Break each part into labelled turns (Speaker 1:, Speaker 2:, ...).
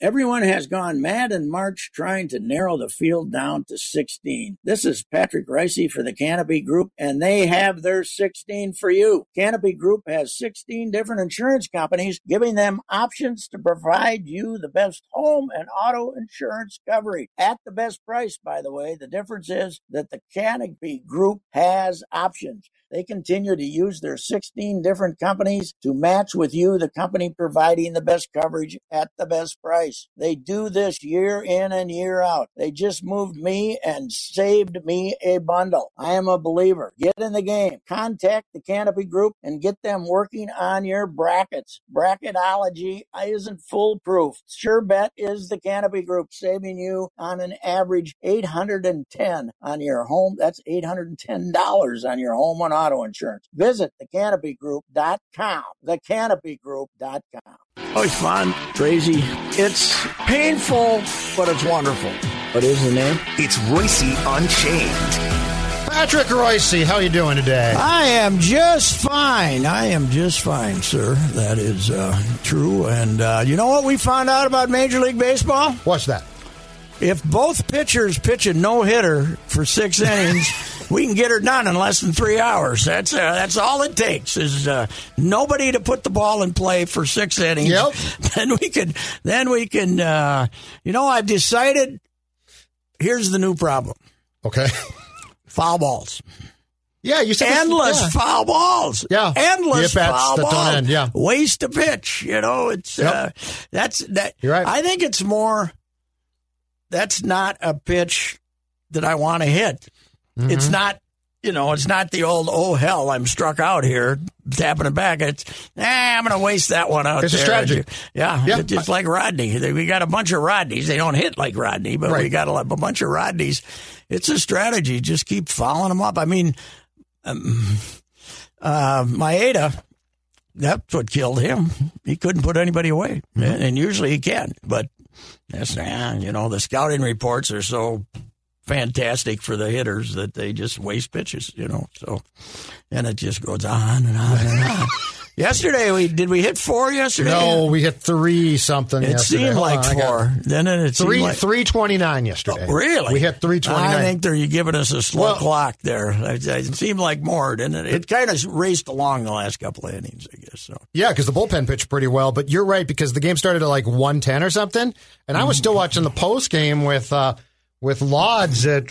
Speaker 1: Everyone has gone mad in March trying to narrow the field down to 16. This is Patrick Ricey for the Canopy Group, and they have their 16 for you. Canopy Group has 16 different insurance companies giving them options to provide you the best home and auto insurance coverage at the best price, by the way. The difference is that the Canopy Group has options. They continue to use their 16 different companies to match with you the company providing the best coverage at the best price. They do this year in and year out. They just moved me and saved me a bundle. I am a believer. Get in the game. Contact the Canopy Group and get them working on your brackets. Bracketology isn't foolproof. Sure bet is the Canopy Group saving you on an average 810 on your home. That's $810 on your home on auto insurance. Visit thecanopygroup.com. Thecanopygroup.com.
Speaker 2: Oh, it's fun. Crazy. It's painful, but it's wonderful.
Speaker 1: What is the name?
Speaker 3: It's Roycey Unchained.
Speaker 2: Patrick Roycey, how you doing today?
Speaker 1: I am just fine. I am just fine, sir. That is uh, true. And uh, you know what we found out about Major League Baseball?
Speaker 2: Watch that.
Speaker 1: If both pitchers pitch a no hitter for six innings, we can get her done in less than three hours. That's uh, that's all it takes is uh, nobody to put the ball in play for six innings.
Speaker 2: Yep.
Speaker 1: Then we can then we can. Uh, you know, I've decided. Here's the new problem:
Speaker 2: Okay.
Speaker 1: foul balls.
Speaker 2: Yeah, you said
Speaker 1: Endless
Speaker 2: Yeah.
Speaker 1: foul balls.
Speaker 2: Yeah.
Speaker 1: Endless
Speaker 2: The at-bats
Speaker 1: foul
Speaker 2: that don't
Speaker 1: balls.
Speaker 2: end, yeah.
Speaker 1: Waste a pitch. You know, it's
Speaker 2: Yep.
Speaker 1: uh, that's that.
Speaker 2: You're right.
Speaker 1: I think it's more. That's not a pitch that I want to hit. It's
Speaker 2: Mm-hmm.
Speaker 1: not. You know, it's not the old oh hell I'm struck out here tapping it back. It's eh, I'm going to waste that one out.
Speaker 2: It's a
Speaker 1: there."
Speaker 2: strategy.
Speaker 1: Yeah,
Speaker 2: Yeah.
Speaker 1: it's just like Rodney. They- We got a bunch of Rodneys. They don't hit like Rodney, but we
Speaker 2: Right.
Speaker 1: got a, lot- a bunch of Rodneys. It's a strategy. Just keep following them up. I mean, um, uh, Maeda, that's what killed him. He couldn't put anybody away,
Speaker 2: Mm-hmm.
Speaker 1: and, and usually he can. But that's nah, you know the scouting reports are so fantastic for the hitters that they just waste pitches. You know, so and it just goes on and on and on. yesterday we did we hit four yesterday?
Speaker 2: No, we hit three something.
Speaker 1: It
Speaker 2: yesterday.
Speaker 1: seemed
Speaker 2: Hold
Speaker 1: like
Speaker 2: on, I got-
Speaker 1: four. Then it seemed
Speaker 2: Three
Speaker 1: like Oh,
Speaker 2: three twenty nine yesterday.
Speaker 1: really.
Speaker 2: We hit three twenty nine.
Speaker 1: I think they're giving us a slow
Speaker 2: Well-
Speaker 1: clock there. It, it seemed like more, didn't it? It kind of raced along the last couple of innings, I guess. So
Speaker 2: Yeah, because the bullpen pitched pretty well. But you're right because the game started at like one ten or something, and I was still watching the post game with uh, with Lauds at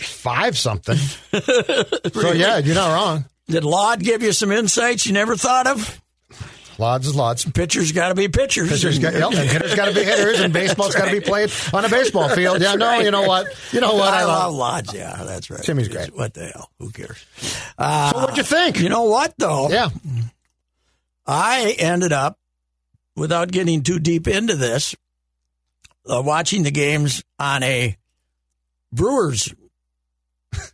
Speaker 2: five something. So yeah, you're not wrong.
Speaker 1: did Laud give you some insights you never thought of?
Speaker 2: Lauds is Lauds.
Speaker 1: Pitchers got to be pitchers.
Speaker 2: Pitchers got, yep, and hitters got to be hitters, and baseball's got to be played on a baseball field. Yeah, no, you know what? You know what?
Speaker 1: I
Speaker 2: I
Speaker 1: love
Speaker 2: love.
Speaker 1: Lodge. Yeah, that's right.
Speaker 2: Timmy's
Speaker 1: It's-
Speaker 2: great.
Speaker 1: What the hell? Who cares?
Speaker 2: So what'd you think?
Speaker 1: You know what though?
Speaker 2: yeah,
Speaker 1: I ended up, without getting too deep into this, uh, watching the games on a Brewers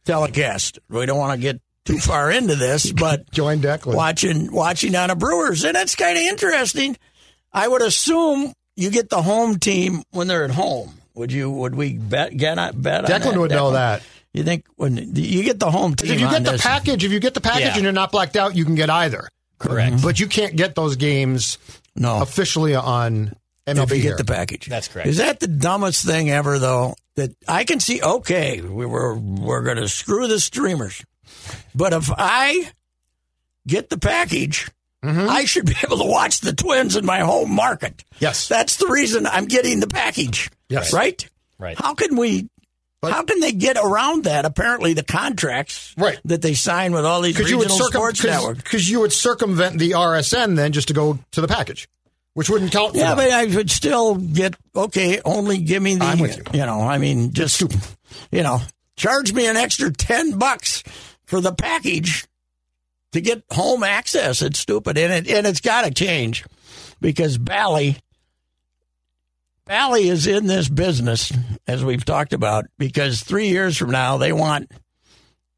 Speaker 1: telecast. We don't want to get too far into this, but
Speaker 2: join Declan.
Speaker 1: watching watching on a Brewers, and it's kind of interesting. I would assume you get the home team when they're at home. Would you? Would we bet? Get on, bet on
Speaker 2: Declan would know that.
Speaker 1: You think when you get the home team?
Speaker 2: If you
Speaker 1: on
Speaker 2: get the
Speaker 1: this-
Speaker 2: package, if you get the package
Speaker 1: Yeah.
Speaker 2: and you're not blacked out, you can get either.
Speaker 1: Correct.
Speaker 2: But you can't get those games
Speaker 1: no,
Speaker 2: officially on MLB.
Speaker 1: if you
Speaker 2: here.
Speaker 1: get the package.
Speaker 4: That's correct.
Speaker 1: Is that the dumbest thing ever, though? That I can see. Okay, we were we're going to screw the streamers, but if I get the package
Speaker 2: Mm-hmm.
Speaker 1: I should be able to watch the Twins in my home market.
Speaker 2: Yes.
Speaker 1: That's the reason I'm getting the package.
Speaker 2: Yes.
Speaker 1: Right?
Speaker 5: Right.
Speaker 1: How can we.
Speaker 2: But-
Speaker 1: how can they get around that? Apparently, the contracts
Speaker 2: Right.
Speaker 1: that they sign with all these
Speaker 2: Because you
Speaker 1: regional
Speaker 2: would circum-
Speaker 1: sports networks.
Speaker 2: because you would circumvent the RSN then just to go to the package, which wouldn't count. for
Speaker 1: Yeah,
Speaker 2: them.
Speaker 1: but I would still get okay. Only give me the
Speaker 2: I'm with you.
Speaker 1: know. I mean, just you know, charge me an extra ten bucks for the package to get home access. It's stupid, and it and it's got to change because Bally Bally is in this business as we've talked about because three years from now they want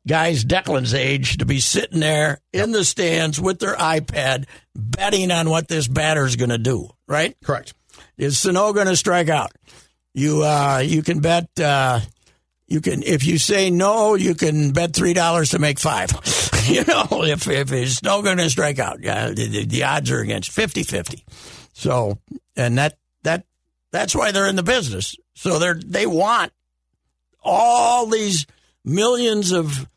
Speaker 1: guys Declan's age to be sitting there in the stands with their iPad betting on what this batter's going to do. Right?
Speaker 2: correct.
Speaker 1: Is Sano going to strike out? You uh, you can bet. Uh, you can if you say no, you can bet three dollars to make five. you know, if if it's Sano going to strike out, yeah, the, the, the odds are against 50-50. So, and that that that's why they're in the business. So they're they want all these millions of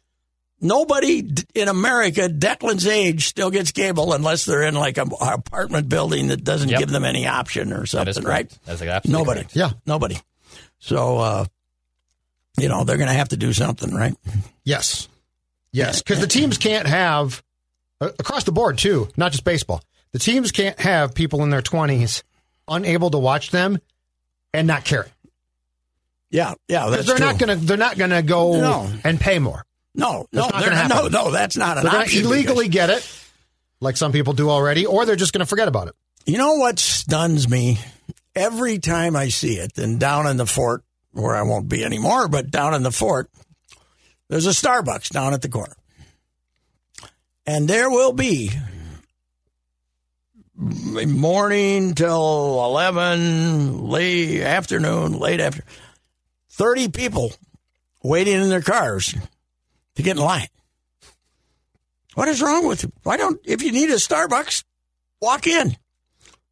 Speaker 1: nobody d- in America Declan's age still gets cable unless they're in like a an apartment building that doesn't
Speaker 5: Yep.
Speaker 1: give them any option or
Speaker 5: That is
Speaker 1: something, right?
Speaker 5: correct. That's absolutely
Speaker 1: Nobody.
Speaker 5: correct.
Speaker 2: Yeah.
Speaker 1: Nobody. So uh you know, they're going to have to do something, right?
Speaker 2: Yes. Yes. Because the teams can't have, uh, across the board too, not just baseball, the teams can't have people in their 20s unable to watch them and not care.
Speaker 1: Yeah, yeah, Oh, that's
Speaker 2: Because they're
Speaker 1: true.
Speaker 2: not going to they're not going to go
Speaker 1: No.
Speaker 2: and pay more.
Speaker 1: No, no,
Speaker 2: That's not
Speaker 1: they're
Speaker 2: gonna
Speaker 1: no,
Speaker 2: happen.
Speaker 1: no, that's not an
Speaker 2: They're going to
Speaker 1: option.
Speaker 2: illegally get it like some people do already or they're just going to forget about it.
Speaker 1: You know what stuns me every time I see it, and down in the fort, where I won't be anymore, but down in the fort, there's a Starbucks down at the corner. And there will be morning till 11, late afternoon, late after 30 people waiting in their cars to get in line. What is wrong with Why don't, if you need a Starbucks, walk in,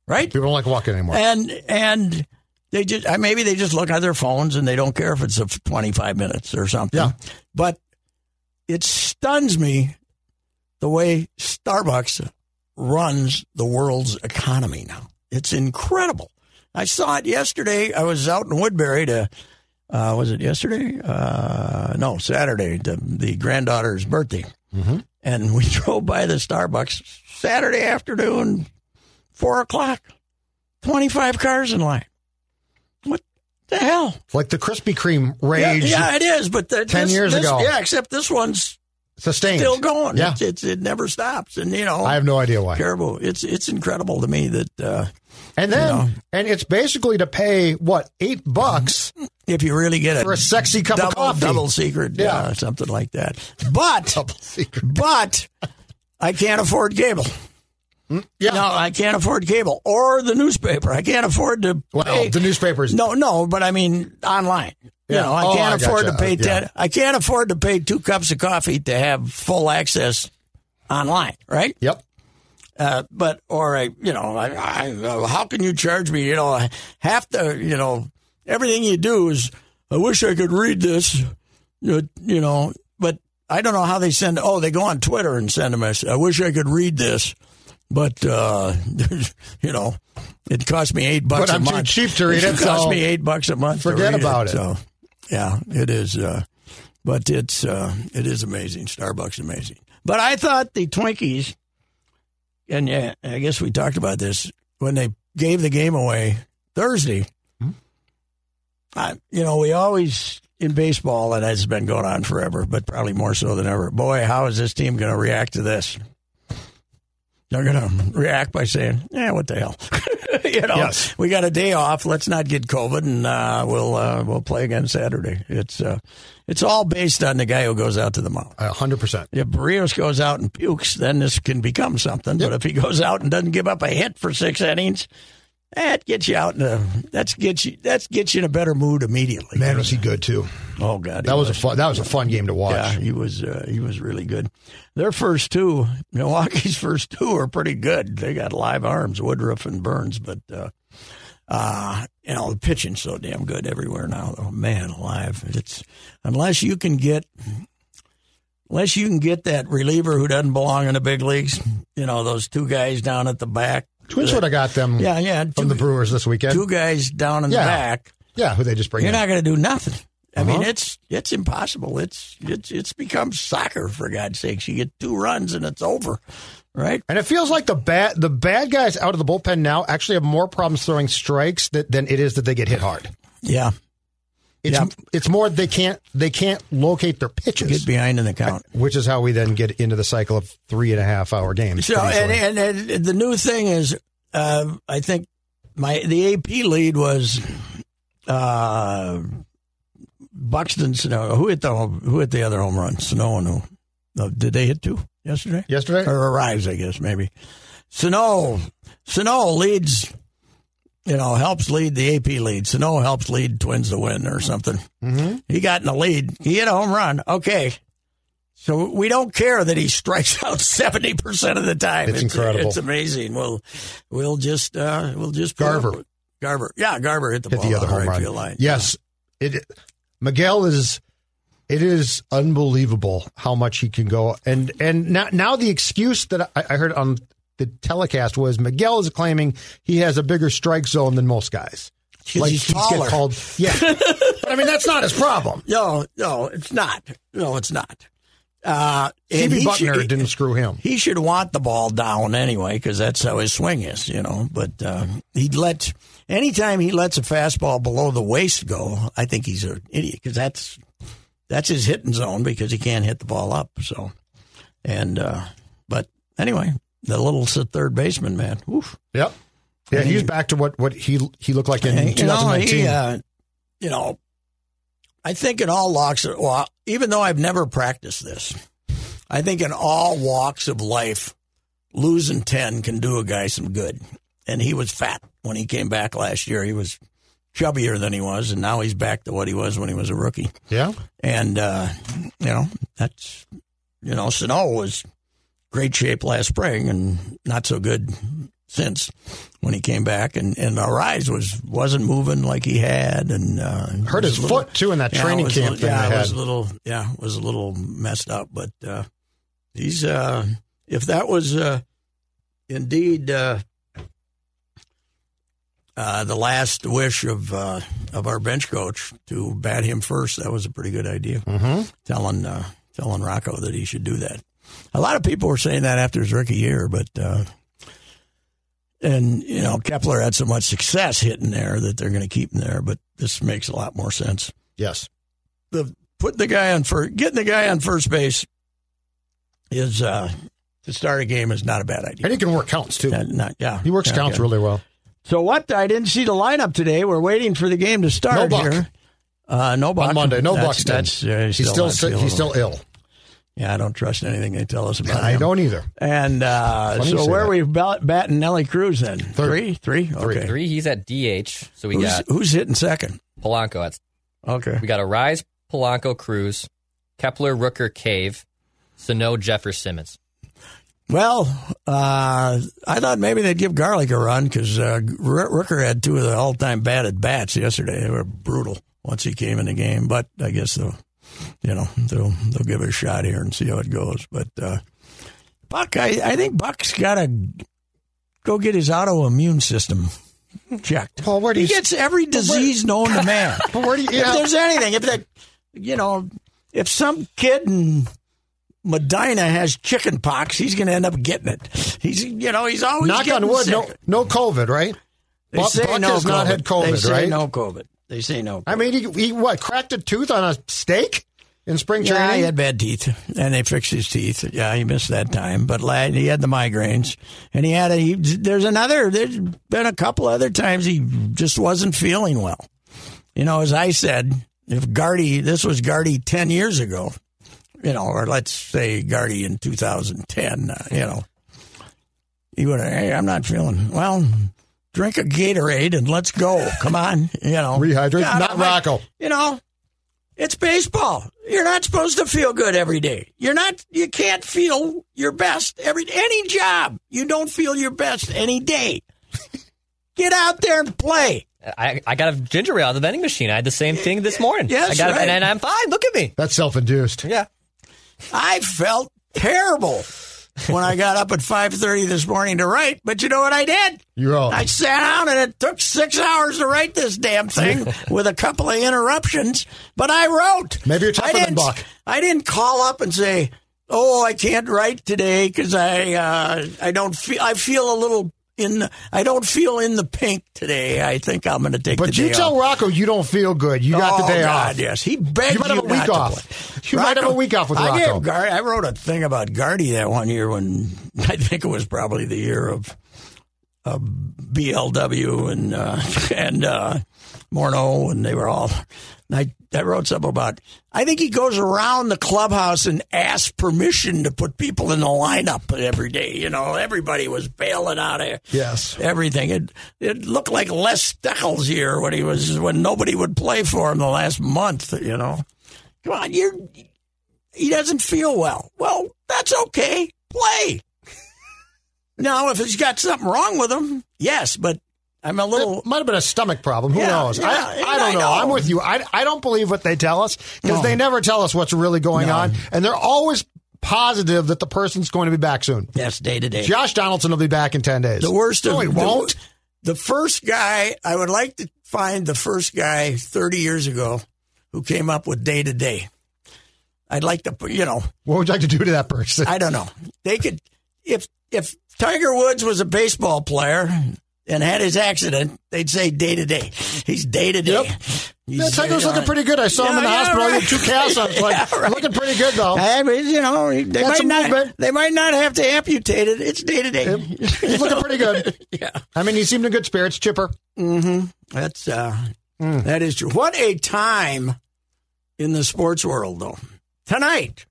Speaker 1: right?
Speaker 2: People don't like walking anymore.
Speaker 1: And and they just uh, maybe they just look at their phones and they don't care if it's a twenty five minutes or something.
Speaker 2: Yeah.
Speaker 1: But it stuns me the way Starbucks runs the world's economy now. It's incredible. I saw it yesterday. I was out in Woodbury to. Uh, was it yesterday? Uh, no, Saturday, the, the granddaughter's birthday.
Speaker 2: Mm-hmm.
Speaker 1: And we drove by the Starbucks Saturday afternoon, four o'clock. 25 cars in line. What the hell?
Speaker 2: like the Krispy Kreme rage
Speaker 1: Yeah, yeah, it is. But the,
Speaker 2: 10
Speaker 1: this-
Speaker 2: years
Speaker 1: this-
Speaker 2: ago.
Speaker 1: Yeah, except this one's
Speaker 2: sustained.
Speaker 1: still going.
Speaker 2: Yeah.
Speaker 1: It's, it's, it never stops. And, you know,
Speaker 2: I have no idea why.
Speaker 1: terrible. It's, it's incredible to me that uh,
Speaker 2: And then
Speaker 1: know.
Speaker 2: and it's basically to pay what 8 bucks
Speaker 1: if you really get a,
Speaker 2: for a sexy cup
Speaker 1: Mm-hmm. double,
Speaker 2: of coffee.
Speaker 1: double secret,
Speaker 2: Yeah.
Speaker 1: uh, something like that. But,
Speaker 2: Double secret.
Speaker 1: but I can't afford cable.
Speaker 2: Mm, Yeah.
Speaker 1: No, I can't afford cable or the newspaper. I can't afford to.
Speaker 2: Well,
Speaker 1: pay-
Speaker 2: the newspapers.
Speaker 1: No, no, but I mean online. You
Speaker 2: Yeah.
Speaker 1: know, I
Speaker 2: Oh,
Speaker 1: can't
Speaker 2: I
Speaker 1: afford
Speaker 2: gotcha.
Speaker 1: to pay
Speaker 2: Uh, yeah.
Speaker 1: ten. I can't afford to pay two cups of coffee to have full access online, right?
Speaker 2: Yep.
Speaker 1: Uh, but or I, you know, I, I, uh, how can you charge me? You know, half the, you know, everything you do is. I wish I could read this, you you know, but I don't know how they send. Oh, they go on Twitter and send a message. I wish I could read this, but uh, you know, it cost me eight bucks.
Speaker 2: But
Speaker 1: a
Speaker 2: I'm too
Speaker 1: month.
Speaker 2: cheap to read it,
Speaker 1: cost
Speaker 2: so
Speaker 1: me eight bucks a month. to
Speaker 2: forget
Speaker 1: read
Speaker 2: about it.
Speaker 1: So, yeah, it is. Uh, but it's uh, it is amazing. Starbucks amazing. But I thought the Twinkies, and yeah, I guess we talked about this when they gave the game away Thursday. I, you know, we always in baseball, and it's been going on forever, but probably more so than ever. Boy, how is this team going to react to this? They're going to react by saying, "Yeah, what the hell." you know,
Speaker 2: Yes.
Speaker 1: we got a day off. Let's not get COVID, and uh, we'll uh, we'll play again Saturday. It's uh, it's all based on the guy who goes out to the mound.
Speaker 2: A hundred percent.
Speaker 1: If Barrios goes out and pukes, then this can become something. But if he goes out and doesn't give up a hit for six innings, that gets you out in a that's gets you that's gets you in a better mood immediately.
Speaker 2: Man, was he good too?
Speaker 1: Oh God,
Speaker 2: That was a fun. That was a fun game to watch.
Speaker 1: yeah. He was uh, he was really good. Their first two, Milwaukee's first two, are pretty good. They got live arms, Woodruff and Burns, but uh, uh, you know the pitching's so damn good everywhere now. Oh man, alive! It's unless you can get unless you can get that reliever who doesn't belong in the big leagues, you know, those two guys down at the back.
Speaker 2: Twins would have got them
Speaker 1: Yeah, yeah.
Speaker 2: from the
Speaker 1: Two,
Speaker 2: Brewers this weekend.
Speaker 1: two guys down in
Speaker 2: Yeah.
Speaker 1: the back.
Speaker 2: yeah, who they just bring
Speaker 1: You're
Speaker 2: in.
Speaker 1: not going to do nothing. I mean,
Speaker 2: Uh-huh.
Speaker 1: it's it's impossible. It's it's it's become soccer for God's sakes. You get two runs and it's over, right?
Speaker 2: and it feels like the bad the bad guys out of the bullpen now actually have more problems throwing strikes that, than it is that they get hit hard.
Speaker 1: Yeah,
Speaker 2: It's
Speaker 1: Yeah.
Speaker 2: it's more they can't they can't locate their
Speaker 1: get
Speaker 2: pitches,
Speaker 1: behind in the count.
Speaker 2: which is how we then get into the cycle of three and a half hour games.
Speaker 1: So,
Speaker 2: pretty
Speaker 1: and,
Speaker 2: easily.
Speaker 1: and, and the new thing is, uh, I think my the AP lead was uh, Buxton Snow. Who hit the who hit the other home run? Snow and who? No, did they hit two yesterday?
Speaker 2: yesterday,
Speaker 1: Or arrives, I guess maybe. Snow Snow leads. You know, helps lead the AP lead. Snow helps lead Twins to win or something. Mm-hmm. He got in the lead. He hit a home run. Okay, so we don't care that he strikes out seventy percent of the time.
Speaker 2: It's incredible.
Speaker 1: It's amazing. We'll we'll just uh, we'll just
Speaker 2: Garver.
Speaker 1: Garver. Yeah, Garver hit the
Speaker 2: hit
Speaker 1: ball
Speaker 2: the other
Speaker 1: on the
Speaker 2: home
Speaker 1: right
Speaker 2: run.
Speaker 1: field line.
Speaker 2: Yes, it. Miguel is. It is unbelievable how much he can go, and and now now the excuse that I, I heard on the telecast was Miguel is claiming he has a bigger strike zone than most guys.
Speaker 1: 'Cause he's
Speaker 2: kids
Speaker 1: taller.
Speaker 2: called. Yeah, but I mean that's not his problem.
Speaker 1: No, no, it's not. No, it's not. Uh, and
Speaker 2: CB
Speaker 1: he should-
Speaker 2: Buckner didn't screw him.
Speaker 1: he should want the ball down anyway because that's how his swing is, you know. But uh, he lets anytime he lets a fastball below the waist go, I think he's an idiot because that's that's his hitting zone because he can't hit the ball up. So, and uh, but anyway, the little s- third baseman man, oof,
Speaker 2: Yep. Yeah,
Speaker 1: And he-
Speaker 2: he's back to what, what he he looked like in
Speaker 1: And, you know,
Speaker 2: 2019.
Speaker 1: he, uh, you know, I think in all walks, of, well, even though I've never practiced this, I think in all walks of life, losing 10 can do a guy some good. And he was fat when he came back last year. He was chubbier than he was, and now he's back to what he was when he was a rookie.
Speaker 2: yeah.
Speaker 1: And, uh, you know, that's, you know, Sano was great shape last spring and not so good since when he came back. And, and Arise was, wasn't moving like he had and, uh,
Speaker 2: Hurt
Speaker 1: was
Speaker 2: his
Speaker 1: a little-
Speaker 2: foot, too, in that
Speaker 1: yeah,
Speaker 2: training
Speaker 1: it was a
Speaker 2: camp
Speaker 1: little-
Speaker 2: thing
Speaker 1: yeah,
Speaker 2: they
Speaker 1: it was a
Speaker 2: had.
Speaker 1: little, yeah, it was a little messed up, but, uh, he's, uh, if that was, uh, indeed, uh, uh, the last wish of uh, of our bench coach to bat him first. That was a pretty good idea. Mm-hmm. Telling uh, telling Rocco that he should do that. A lot of people were saying that after his rookie year, but uh, and you know Kepler had so much success hitting there that they're going to keep him there. But this makes a lot more sense.
Speaker 2: Yes.
Speaker 1: The putting the guy on first, getting the guy on first base is uh, to start a game is not a bad idea.
Speaker 2: And he can work counts, too.
Speaker 1: Not- not- yeah,
Speaker 2: He works
Speaker 1: Yeah,
Speaker 2: counts
Speaker 1: yeah.
Speaker 2: really well.
Speaker 1: So what? I didn't see the lineup today. We're waiting for the game to
Speaker 2: No
Speaker 1: start
Speaker 2: Buck.
Speaker 1: here. Uh, no Buck
Speaker 2: On Monday, no
Speaker 1: That's-
Speaker 2: Buxton.
Speaker 1: That's, uh,
Speaker 2: he's still
Speaker 1: not
Speaker 2: si-
Speaker 1: feeling
Speaker 2: he's still
Speaker 1: well.
Speaker 2: ill.
Speaker 1: Yeah, I don't trust anything they tell us about
Speaker 2: I
Speaker 1: him.
Speaker 2: don't either.
Speaker 1: And uh,
Speaker 2: Funny you
Speaker 1: so
Speaker 2: say
Speaker 1: where
Speaker 2: that.
Speaker 1: are we ba- batting Nelly Cruz then? Three, three. Okay.
Speaker 5: Three, he's at DH. So we
Speaker 1: Who's,
Speaker 5: got
Speaker 1: who's hitting second?
Speaker 5: Polanco. At,
Speaker 1: Okay.
Speaker 5: we got a Rise, Polanco, Cruz, Kepler, Rooker, Cave, Sano, Jeffers, Simmons.
Speaker 1: Well, uh, I thought maybe they'd give Garlic a run because uh, R- Rooker had two of the all-time batted bats yesterday. They were brutal once he came in the game, but I guess they'll, you know, they'll they'll give it a shot here and see how it goes. But uh, Buck, I, I think Buck's got to go get his autoimmune system checked.
Speaker 2: Paul, where do
Speaker 1: He
Speaker 2: you
Speaker 1: gets every disease known to man.
Speaker 2: But where do you
Speaker 1: If
Speaker 2: yeah,
Speaker 1: there's anything, if that, you know, if some kid in Medina has chicken pox, he's going to end up getting it. He's, you know, he's always
Speaker 2: knock on
Speaker 1: getting
Speaker 2: wood,
Speaker 1: sick.
Speaker 2: no no COVID, right?
Speaker 1: They
Speaker 2: Buck-
Speaker 1: say
Speaker 2: Buck
Speaker 1: no
Speaker 2: has not had COVID,
Speaker 1: They say
Speaker 2: right?
Speaker 1: no COVID. They say no.
Speaker 2: I mean, he, he what cracked a tooth on a steak in spring
Speaker 1: Yeah, he
Speaker 2: training.
Speaker 1: had bad teeth, and they fixed his teeth. Yeah, he missed that time, but la- he had the migraines, and he had a. He, there's another. There's been a couple other times he just wasn't feeling well. You know, as I said, if Gardy, this was Gardy ten years ago, you know, or let's say Gardy in 2010, uh, you know, he would. Hey, I'm not feeling well. Drink a Gatorade and let's go. Come on, you know,
Speaker 2: Rehydrate,
Speaker 1: God,
Speaker 2: not
Speaker 1: I'm like-
Speaker 2: Rocco.
Speaker 1: you know, it's baseball. You're not supposed to feel good every day. You're not. You can't feel your best every any job. You don't feel your best any day. Get out there and play.
Speaker 5: I, I got a ginger ale out of the vending machine. I had the same thing this morning.
Speaker 1: Yes,
Speaker 5: I got it,
Speaker 1: right.
Speaker 5: and, I'm fine. Look at me.
Speaker 2: That's self induced.
Speaker 5: Yeah.
Speaker 1: I felt terrible when I got up at 5:30 this morning to write, but you know what I did?
Speaker 2: You're all.
Speaker 1: I sat down and it took 6 hours to write this damn thing with a couple of interruptions, but I wrote.
Speaker 2: Maybe you're
Speaker 1: I
Speaker 2: tougher than
Speaker 1: didn't-
Speaker 2: Buck.
Speaker 1: I didn't call up and say, "Oh, I can't write today because I uh, I don't feel I feel a little in I don't feel in the pink today. I think I'm going to take."
Speaker 2: But
Speaker 1: the
Speaker 2: you
Speaker 1: day
Speaker 2: tell
Speaker 1: off.
Speaker 2: Rocco you don't feel good. You got
Speaker 1: oh,
Speaker 2: the day
Speaker 1: God,
Speaker 2: off.
Speaker 1: Yes, he begged
Speaker 2: You might have a
Speaker 1: not
Speaker 2: week
Speaker 1: to
Speaker 2: off.
Speaker 1: play.
Speaker 2: You might have a week off with
Speaker 1: I
Speaker 2: Rocco.
Speaker 1: Gave Gar- I wrote a thing about Gardy that one year when I think it was probably the year of, of BLW and uh, and uh, Morneau, and they were all. And I, I wrote something about. I think he goes around the clubhouse and asks permission to put people in the lineup every day. You know, everybody was bailing out of
Speaker 2: Yes.
Speaker 1: everything. It it looked like Les Steckel's year when he was when nobody would play for him the last month. You know, come on, you. He doesn't feel well. Well, that's okay. Play. now, if he's got something wrong with him, yes, but I'm a little.
Speaker 2: Oh, It might have been a stomach problem. Who
Speaker 1: Yeah,
Speaker 2: knows?
Speaker 1: yeah,
Speaker 2: I, I
Speaker 1: I
Speaker 2: don't know.
Speaker 1: know.
Speaker 2: I'm with you. I, I don't believe what they tell us because
Speaker 1: No.
Speaker 2: they never tell us what's really going
Speaker 1: No.
Speaker 2: on. And they're always positive that the person's going to be back soon.
Speaker 1: That's day to day.
Speaker 2: Josh Donaldson will be back in 10 days.
Speaker 1: The worst of
Speaker 2: no, he won't.
Speaker 1: The, the first guy I would like to find the first guy 30 years ago who came up with day to day. I'd like to, you know,
Speaker 2: What would you like to do to that person?
Speaker 1: I don't know. They could if if Tiger Woods was a baseball player and had his accident, they'd say day to day. He's day to day.
Speaker 2: Yep. yeah, Tiger's looking pretty good. I saw him in the
Speaker 1: Yeah, yeah,
Speaker 2: hospital. He
Speaker 1: right.
Speaker 2: had two casts on. It's Like,
Speaker 1: Yeah, right.
Speaker 2: Looking pretty good, though.
Speaker 1: I mean, you know, they
Speaker 2: Oh. That's a
Speaker 1: might not.
Speaker 2: movement.
Speaker 1: They might not have to amputate it. It's day to day.
Speaker 2: He's looking pretty good.
Speaker 1: Yeah.
Speaker 2: I mean, he seemed in good spirits. Chipper.
Speaker 1: That's uh,
Speaker 2: Hmm.
Speaker 1: that is true. What a time in the sports world, though. Tonight,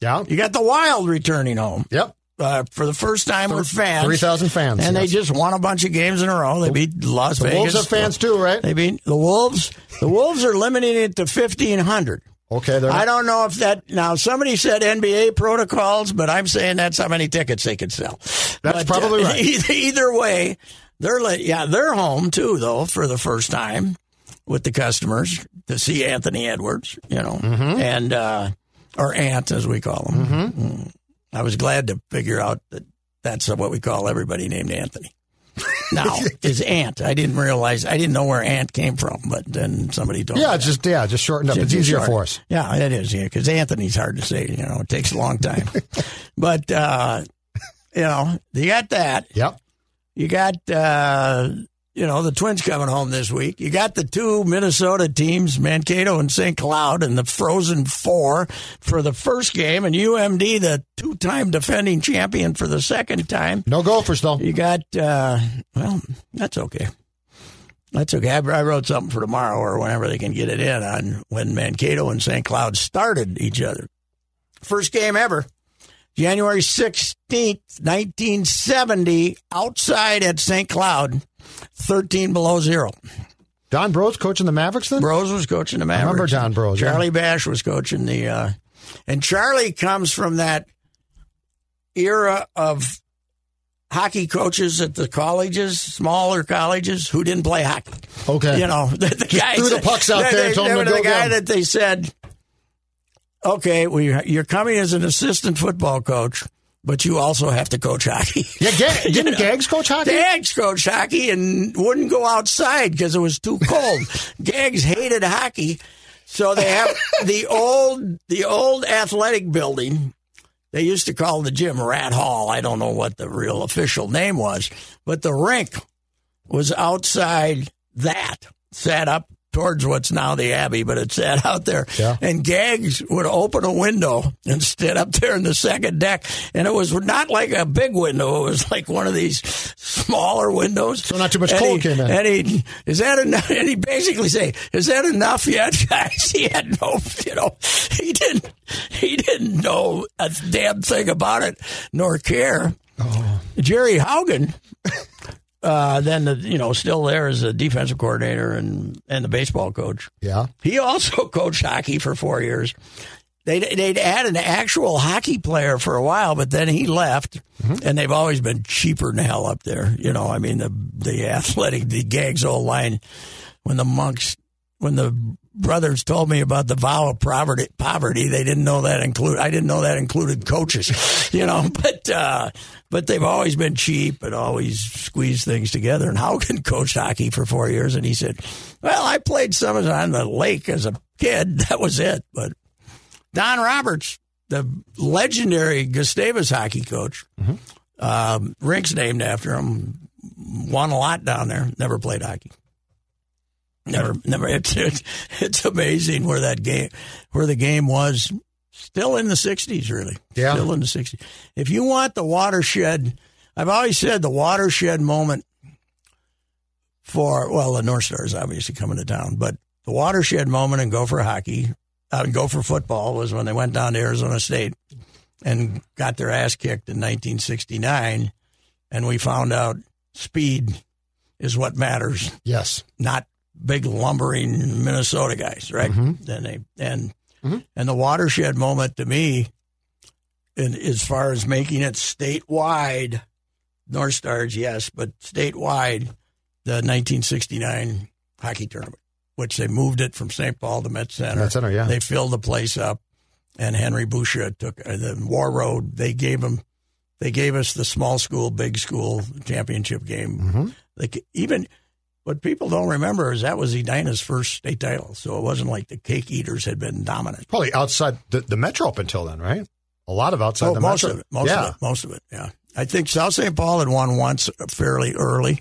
Speaker 2: Yeah.
Speaker 1: you got the Wild returning home
Speaker 2: Yep.
Speaker 1: uh, for the first time with fans,
Speaker 2: 3,000 fans.
Speaker 1: and they
Speaker 2: yes.
Speaker 1: just won a bunch of games in a row. They beat Las
Speaker 2: the
Speaker 1: Vegas.
Speaker 2: Wolves have fans, too, right?
Speaker 1: They beat the Wolves. The Wolves are limiting it to fifteen hundred.
Speaker 2: Okay. They're
Speaker 1: I don't know if that now somebody said NBA protocols, but I'm saying that's how many tickets they could sell. That's
Speaker 2: probably right.
Speaker 1: Either, either way, they're li- yeah they're home too though for the first time with the customers to see Anthony Edwards, you know,
Speaker 2: Mm-hmm.
Speaker 1: and uh, or Ant as we call him. Mm. I was glad to figure out that that's what we call everybody named Anthony. Now is Ant. I didn't realize I didn't know where Ant came from, but then somebody told me.
Speaker 2: yeah, it's just, yeah, just shortened up. It's easier
Speaker 1: Sure.
Speaker 2: for us.
Speaker 1: Yeah, it is. Yeah, because Anthony's hard to say. You know, it takes a long time. but uh, you know, you got that.
Speaker 2: Yep.
Speaker 1: You got uh, you know the Twins coming home this week. You got the two Minnesota teams, Mankato and St. Cloud, and the Frozen Four for the first game, and UMD, the two-time defending champion, for the second time.
Speaker 2: No gophers, though.
Speaker 1: You got uh, well, that's okay. That's okay. I, I wrote something for tomorrow or whenever they can get it in on when Mankato and St. Cloud started each other. First game ever, January sixteenth, nineteen seventy, outside at St. Cloud, thirteen below zero.
Speaker 2: Don Bros coaching the Mavericks then?
Speaker 1: Bros was coaching the Mavericks.
Speaker 2: remember Don Brose, yeah.
Speaker 1: Charlie Bash was coaching the, uh, and Charlie comes from that era of hockey coaches at the colleges, smaller colleges, who didn't play hockey.
Speaker 2: Okay.
Speaker 1: You know, the, the guy
Speaker 2: threw the pucks out there and told them to
Speaker 1: the
Speaker 2: go get
Speaker 1: guy
Speaker 2: 'em.
Speaker 1: that they said, "Okay, well, you're, you're coming as an assistant football coach, but you also have to coach hockey."
Speaker 2: Yeah, Ga- didn't Gags coach hockey?
Speaker 1: Gags coached hockey and wouldn't go outside because it was too cold. Gags hated hockey, so they have the old the old athletic building. They used to call the gym Rat Hall. I don't know what the real official name was, but the rink was outside that, sat up towards what's now the Abbey, but it sat out there.
Speaker 2: Yeah.
Speaker 1: And Gags would open a window and sit up there in the second deck. And it was not like a big window, it was like one of these smaller windows. So
Speaker 2: not too much cold came in.
Speaker 1: And he, is that enough? And he basically say, is that enough yet, guys? He had no, you know, he didn't, he didn't know a damn thing about it, nor care.
Speaker 2: Oh.
Speaker 1: Jerry Haugen, uh, then the, you know still there as a defensive coordinator and and the baseball coach.
Speaker 2: Yeah.
Speaker 1: He also coached hockey for four years. They they'd had an actual hockey player for a while, but then he left, and they've always been cheaper than hell up there. You know, I mean the the athletic the gags old line when the monks when the brothers told me about the vow of poverty, poverty, they didn't know that include. I didn't know that included coaches, you know. But uh, but they've always been cheap and always squeezed things together. And Haugen coached hockey for four years, and he said, "Well, I played some on the lake as a kid. That was it." But Don Roberts, the legendary Gustavus hockey coach, um, rinks named after him. Won a lot down there. Never played hockey. Never, never. It's it's, it's amazing where that game, where the game was, still in the '60s, really.
Speaker 2: Yeah.
Speaker 1: still in the '60s. If you want the watershed, I've always said the watershed moment for well, the North Star is obviously coming to town, but the watershed moment in Gopher hockey, uh, in Gopher football, was when they went down to Arizona State and got their ass kicked in 1969, and we found out speed is what matters
Speaker 2: Yes.
Speaker 1: not big lumbering Minnesota guys, right? And they and and the watershed moment to me, in, as far as making it statewide, North Stars, yes, but statewide, the 1969 hockey tournament, which they moved it from St. Paul to Met Center.
Speaker 2: Met Center, yeah.
Speaker 1: They filled the place up, and Henry Boucher took uh, the War Road. They gave him. They gave us the small school, big school championship game.
Speaker 2: Mm-hmm.
Speaker 1: Like even what people don't remember is that was Edina's first state title, so it wasn't like the cake eaters had been dominant.
Speaker 2: Probably outside the, the metro up until then, right? A lot of outside
Speaker 1: Oh,
Speaker 2: the
Speaker 1: most
Speaker 2: metro.
Speaker 1: of it, most
Speaker 2: yeah.
Speaker 1: of it, most of it. Yeah, I think South St. Paul had won once fairly early,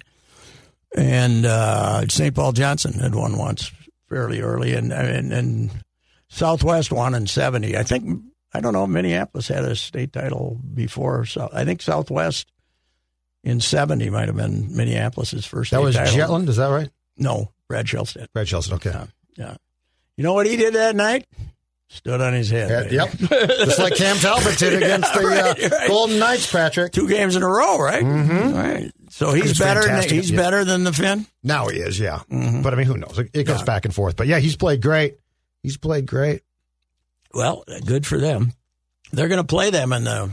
Speaker 1: and uh, St. Paul Johnson had won once fairly early, and and and Southwest won in seventy. I think I don't know. Minneapolis had a state title before. South, I think Southwest in seventy might have been Minneapolis's first.
Speaker 2: That
Speaker 1: state
Speaker 2: was
Speaker 1: title.
Speaker 2: Jetland, is that right?
Speaker 1: No, Brad Shellstead.
Speaker 2: Brad Shelson, okay.
Speaker 1: Yeah. Yeah. You know what he did that night? Stood on his head.
Speaker 2: Yeah,
Speaker 1: baby.
Speaker 2: yep. Just like Cam Talbot did against the
Speaker 1: right,
Speaker 2: uh,
Speaker 1: right.
Speaker 2: Golden Knights, Patrick.
Speaker 1: Two games in a row, right? Mm-hmm. right. So he's
Speaker 2: It's
Speaker 1: better. Than,
Speaker 2: fantastic.
Speaker 1: he's
Speaker 2: Yeah.
Speaker 1: better than the Finn.
Speaker 2: Now he is, yeah.
Speaker 1: Mm-hmm.
Speaker 2: But I mean, who knows? It, it goes back and forth. But yeah, he's played great. He's played great.
Speaker 1: Well, good for them. They're going to play them in the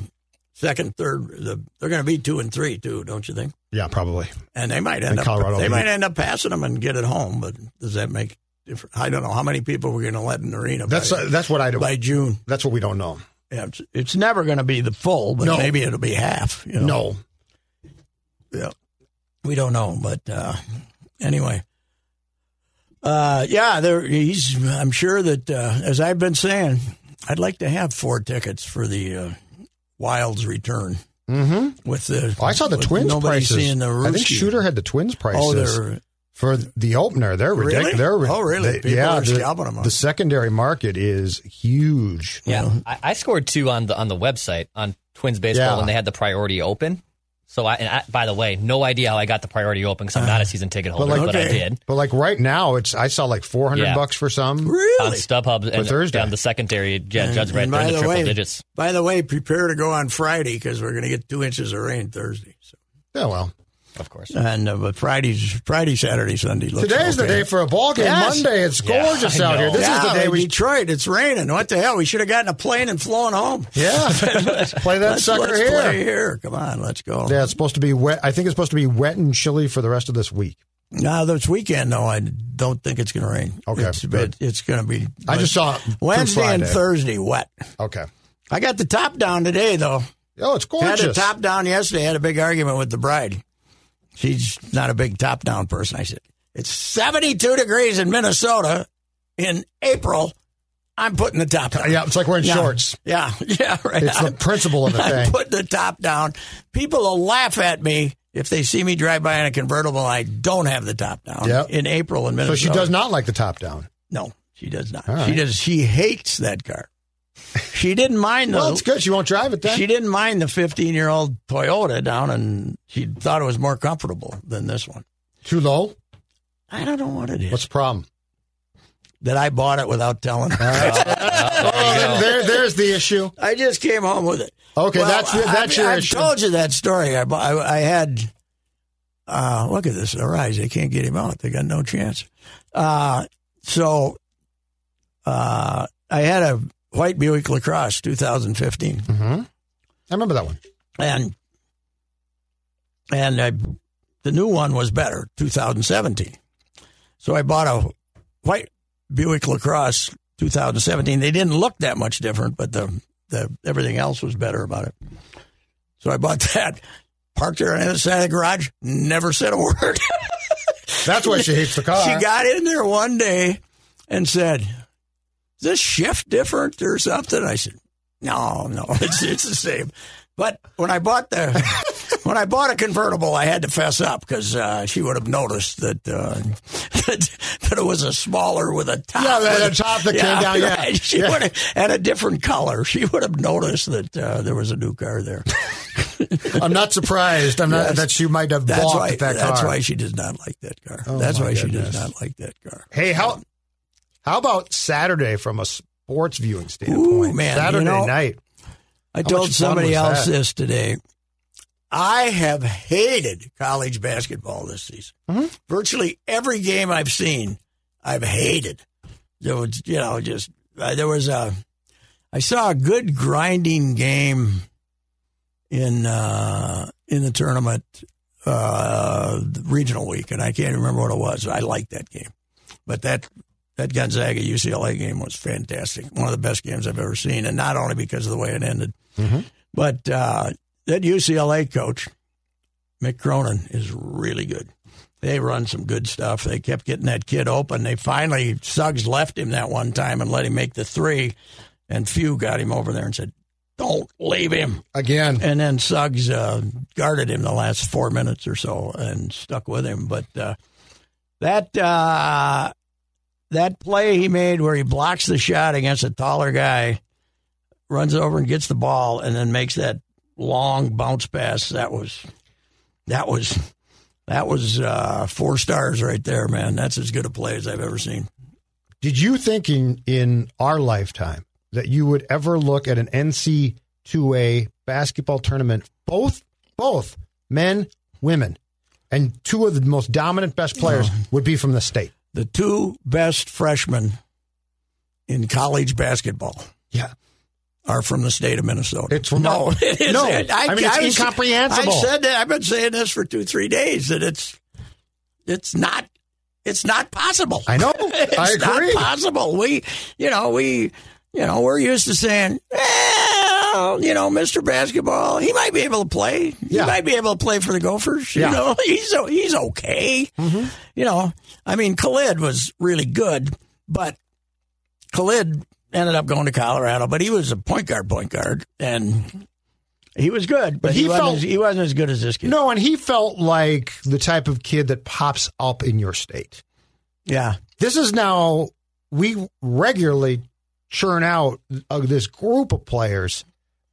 Speaker 1: second, third. The, they're going to be two and three too, don't you think?
Speaker 2: Yeah, probably.
Speaker 1: And they might end
Speaker 2: And
Speaker 1: up.
Speaker 2: Colorado
Speaker 1: they
Speaker 2: will
Speaker 1: might
Speaker 2: be-
Speaker 1: end up passing them and get it home. But does that make? Difference? I don't know how many people we're going to let in the arena.
Speaker 2: That's
Speaker 1: by,
Speaker 2: uh, that's what I do.
Speaker 1: by June.
Speaker 2: that's what we don't know.
Speaker 1: Yeah, It's, it's never going to be the full, but
Speaker 2: No.
Speaker 1: maybe it'll be half. You know?
Speaker 2: No,
Speaker 1: Yeah. We don't know, but uh, anyway. Uh, yeah, there he's I'm sure that uh, as I've been saying, I'd like to have four tickets for the uh, Wilds return. Mm-hmm. With the
Speaker 2: I saw the
Speaker 1: with
Speaker 2: twins
Speaker 1: nobody
Speaker 2: prices.
Speaker 1: Seeing the
Speaker 2: I
Speaker 1: Rooski.
Speaker 2: think Shooter had the twins
Speaker 1: Oh,
Speaker 2: prices
Speaker 1: they're
Speaker 2: for the opener. They're
Speaker 1: Really?
Speaker 2: ridiculous. They're,
Speaker 1: Oh, really?
Speaker 2: they-
Speaker 1: People
Speaker 2: yeah,
Speaker 1: are
Speaker 2: the-
Speaker 1: scalping 'em up.
Speaker 2: the secondary market is huge.
Speaker 5: Yeah, I, I scored two on the on the website on Twins baseball
Speaker 2: Yeah.
Speaker 5: when they had the priority open. So I, and I, by the way, no idea how I got the priority open because I'm not a season ticket holder, but,
Speaker 2: like-
Speaker 5: I
Speaker 1: Uh, Okay.
Speaker 5: did
Speaker 2: But like right now, it's I saw like four hundred
Speaker 5: Yeah.
Speaker 2: bucks for some.
Speaker 5: on
Speaker 1: really.
Speaker 5: StubHub and
Speaker 2: Thursday.
Speaker 5: down the secondary. Yeah, Judge Red,
Speaker 1: And
Speaker 5: they're
Speaker 1: by
Speaker 5: in the,
Speaker 1: the
Speaker 5: triple
Speaker 1: way-
Speaker 5: digits.
Speaker 1: By the way, prepare to go on Friday because we're going to get two inches of rain Thursday. So.
Speaker 2: Yeah, well,
Speaker 5: Of course.
Speaker 1: And uh, but Friday's Friday, Saturday, Sunday. Looks
Speaker 2: today's the
Speaker 1: okay.
Speaker 2: day for a ball game.
Speaker 1: Yes.
Speaker 2: Monday, it's gorgeous
Speaker 5: I
Speaker 2: out here.
Speaker 5: know.
Speaker 2: This is the
Speaker 1: Yeah,
Speaker 2: day
Speaker 1: in
Speaker 2: we.
Speaker 1: Detroit. It's raining. What the hell? We should have gotten a plane and flown home.
Speaker 2: Yeah, play that
Speaker 1: let's,
Speaker 2: sucker
Speaker 1: let's
Speaker 2: here.
Speaker 1: Play here. Come on, let's go.
Speaker 2: Yeah, it's supposed to be wet. I think it's supposed to be wet and chilly for the rest of this week.
Speaker 1: Now this weekend, though, I don't think it's going to rain.
Speaker 2: Okay,
Speaker 1: it's,
Speaker 2: good.
Speaker 1: it- it's going to be.
Speaker 2: I just saw it through
Speaker 1: Wednesday and
Speaker 2: Friday.
Speaker 1: Thursday wet.
Speaker 2: Okay.
Speaker 1: I got the top down today, though.
Speaker 2: Oh, it's gorgeous.
Speaker 1: Had the top down yesterday. Had a big argument with the bride. She's not a big top down person. I said it's seventy-two degrees in Minnesota in April. I'm putting the top down.
Speaker 2: Yeah, it's like wearing
Speaker 1: Yeah.
Speaker 2: shorts.
Speaker 1: Yeah, yeah, right.
Speaker 2: It's the
Speaker 1: I'm-
Speaker 2: principle of the
Speaker 1: I
Speaker 2: thing.
Speaker 1: put the top down. People will laugh at me if they see me drive by in a convertible and I don't have the top down
Speaker 2: Yep.
Speaker 1: in April in
Speaker 2: So
Speaker 1: Minnesota.
Speaker 2: she does not like the top down.
Speaker 1: No, she does not.
Speaker 2: All right.
Speaker 1: She does. She hates that car. She didn't mind the.
Speaker 2: Well, it's good. She won't drive it then.
Speaker 1: She didn't mind the 15 year old Toyota down, and she thought it was more comfortable than this one.
Speaker 2: Too low.
Speaker 1: I don't know what it is
Speaker 2: What's the problem?
Speaker 1: that I bought it without telling her.
Speaker 2: Oh, then there, there's the issue.
Speaker 1: I just came home with it.
Speaker 2: Okay,
Speaker 1: Well,
Speaker 2: that's your,
Speaker 1: I-
Speaker 2: that's
Speaker 1: I,
Speaker 2: your
Speaker 1: I've
Speaker 2: issue.
Speaker 1: told you that story. I, bu- I, I had. Uh, look at this. Arise. They can't get him out. They got no chance. Uh, so uh, I had a white Buick Lacrosse 2015
Speaker 2: I remember that one.
Speaker 1: and and I, the new one was better, 2017. So I bought a White Buick Lacrosse 2017. They didn't look that much different, but the, the everything else was better about it. So I bought that, parked her on the other side of the garage, never said a word.
Speaker 2: That's why she hates the car.
Speaker 1: She got in there one day and said, "Is this shift different or something?" I said, "No, no, it's it's the same." But when I bought the when I bought a convertible, I had to fess up because uh, she would have noticed that, uh, that that it was a smaller with a top.
Speaker 2: Yeah,
Speaker 1: with
Speaker 2: the top that came down, yeah.
Speaker 1: right. She would have had a different color. She would have noticed that uh, there was a new car there.
Speaker 2: I'm not surprised. I'm not
Speaker 1: Yes.
Speaker 2: that she might have
Speaker 1: That's
Speaker 2: balked
Speaker 1: why.
Speaker 2: at that car.
Speaker 1: that's why she does not like that car.
Speaker 2: Oh,
Speaker 1: that's
Speaker 2: my
Speaker 1: why she
Speaker 2: goodness.
Speaker 1: does not like that car.
Speaker 2: Hey, how how about Saturday from a sports viewing
Speaker 1: Ooh,
Speaker 2: standpoint?
Speaker 1: man, you
Speaker 2: Saturday
Speaker 1: know-
Speaker 2: night.
Speaker 1: I
Speaker 2: How
Speaker 1: told
Speaker 2: much fun
Speaker 1: somebody
Speaker 2: was
Speaker 1: else
Speaker 2: that?
Speaker 1: this today. I have hated college basketball this season.
Speaker 2: Mm-hmm.
Speaker 1: Virtually every game I've seen, I've hated. There was, you know, just uh, there was a. I saw a good grinding game in uh, in the tournament uh, the regional week, and I can't remember what it was. I liked that game, but that that Gonzaga UCLA game was fantastic. One of the best games I've ever seen, and not only because of the way it ended, but uh, that UCLA coach Mick Cronin is really good. They run some good stuff. They kept getting that kid open. They finally Suggs left him that one time and let him make the three, and Few got him over there and said, "Don't leave him."
Speaker 2: Again,
Speaker 1: And then Suggs uh, guarded him the last four minutes or so and stuck with him. But uh, that uh, that play he made where he blocks the shot against a taller guy, runs over and gets the ball, and then makes that long bounce pass. That was that was that was uh, four stars right there, man. That's as good a play as I've ever seen.
Speaker 2: did you think in, in our lifetime that you would ever look at an NC2A basketball tournament, both both men, women, and two of the most dominant best players would be from the state?
Speaker 1: The two best freshmen in college basketball.
Speaker 2: Yeah.
Speaker 1: are from the state of Minnesota.
Speaker 2: It's from-
Speaker 1: no, it is,
Speaker 2: No.
Speaker 1: it-
Speaker 2: I mean, it's
Speaker 1: was-
Speaker 2: incomprehensible.
Speaker 1: I said that. I've been saying this for two, three days that it's it's not it's not possible.
Speaker 2: I know.
Speaker 1: it's
Speaker 2: I agree.
Speaker 1: Not possible. We, you know, we, you know, we're used to saying, well, you know, Mister Basketball, he might be able to play.
Speaker 2: Yeah.
Speaker 1: He might be able to play for the Gophers.
Speaker 2: Yeah.
Speaker 1: You
Speaker 2: Mm-hmm.
Speaker 1: know, he's o- he's okay. You know, I mean, Khalid was really good, but Khalid ended up going to Colorado, but he was a point guard, point guard, and he was good, but,
Speaker 2: he
Speaker 1: he, wasn't
Speaker 2: felt-
Speaker 1: as, he wasn't as good as this kid.
Speaker 2: No, and he felt like the type of kid that pops up in your state.
Speaker 1: Yeah,
Speaker 2: this is now we regularly churn out uh, this group of players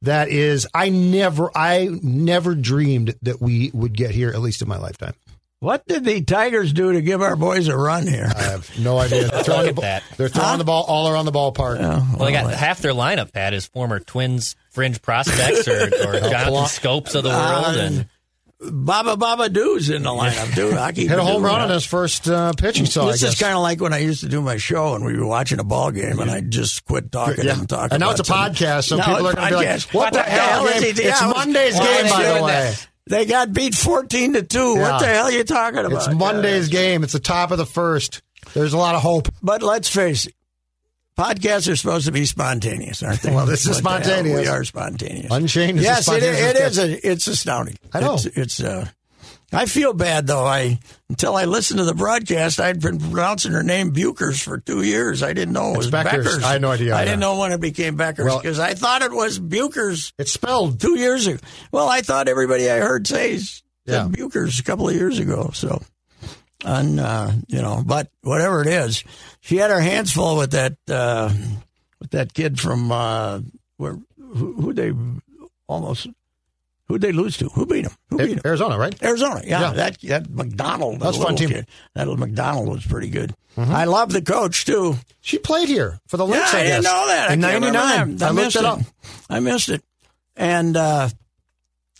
Speaker 2: that is I never I never dreamed that we would get here at least in my lifetime.
Speaker 1: what did the Tigers do to give our boys a run here?
Speaker 2: I have no idea. They're throwing, the,
Speaker 5: Look at
Speaker 2: ball,
Speaker 5: that.
Speaker 2: They're throwing the ball all around the ballpark.
Speaker 5: Well, they got half their lineup, Pat, is former Twins fringe prospects or, or Jonathan Scopes of the world. And
Speaker 1: Uh, Baba Baba Doo's in the lineup, dude. Hockey
Speaker 2: Hit a home
Speaker 1: Doo,
Speaker 2: run
Speaker 1: yeah.
Speaker 2: on his first uh, pitch he saw.
Speaker 1: This
Speaker 2: I
Speaker 1: is
Speaker 2: guess.
Speaker 1: kind of like when I used to do my show and we were watching a ball game and I just quit talking
Speaker 2: Yeah.
Speaker 1: and talking.
Speaker 2: And now
Speaker 1: about
Speaker 2: it's a
Speaker 1: something.
Speaker 2: podcast, so
Speaker 1: Now
Speaker 2: people
Speaker 1: it's
Speaker 2: are gonna be like,
Speaker 1: podcast.
Speaker 2: "What the hell
Speaker 1: is
Speaker 2: game?
Speaker 1: he- yeah,
Speaker 2: It's
Speaker 1: I was-
Speaker 2: Monday's
Speaker 1: why
Speaker 2: game,
Speaker 1: are they
Speaker 2: by the
Speaker 1: doing that?
Speaker 2: way.
Speaker 1: They got beat fourteen to two.
Speaker 2: Yeah.
Speaker 1: What the hell are you talking about?
Speaker 2: it's
Speaker 1: Yeah.
Speaker 2: Monday's game. It's the top of the first. There's a lot of hope.
Speaker 1: But let's face it, podcasts are supposed to be spontaneous, aren't they?
Speaker 2: Well, this is
Speaker 1: But, uh,
Speaker 2: spontaneous.
Speaker 1: we are spontaneous.
Speaker 2: Unchained is a
Speaker 1: Yes,
Speaker 2: spontaneous
Speaker 1: it, it
Speaker 2: podcast.
Speaker 1: is. A, it's astounding.
Speaker 2: I know.
Speaker 1: It's, it's uh, I feel bad though. I until I listened to the broadcast, I'd been pronouncing her name Buchers for two years. I didn't know it
Speaker 2: It's
Speaker 1: was
Speaker 2: Beckers.
Speaker 1: Beckers.
Speaker 2: I had no idea.
Speaker 1: I didn't know when it became Beckers
Speaker 2: Well-
Speaker 1: because I thought it was Buchers
Speaker 2: It's spelled.
Speaker 1: two years ago. Well, I thought everybody I heard say is-
Speaker 2: Yeah.
Speaker 1: said Buchers a couple of years ago. So, and uh, you know, but whatever it is, she had her hands full with that uh, with that kid from uh, where who, who they almost who they lose to who beat him who beat him
Speaker 2: Arizona, right?
Speaker 1: Arizona, yeah,
Speaker 2: Yeah.
Speaker 1: that that McDonald, the
Speaker 2: That's a fun
Speaker 1: little
Speaker 2: team. Mm-hmm.
Speaker 1: Kid, that little McDonald was pretty good. I love the coach too.
Speaker 2: She played here for the Lynx.
Speaker 1: Yeah, I,
Speaker 2: guess.
Speaker 1: didn't know that.
Speaker 2: in
Speaker 1: I can't remember.
Speaker 2: '99. I, looked
Speaker 1: missed
Speaker 2: it up.
Speaker 1: I missed it. And uh,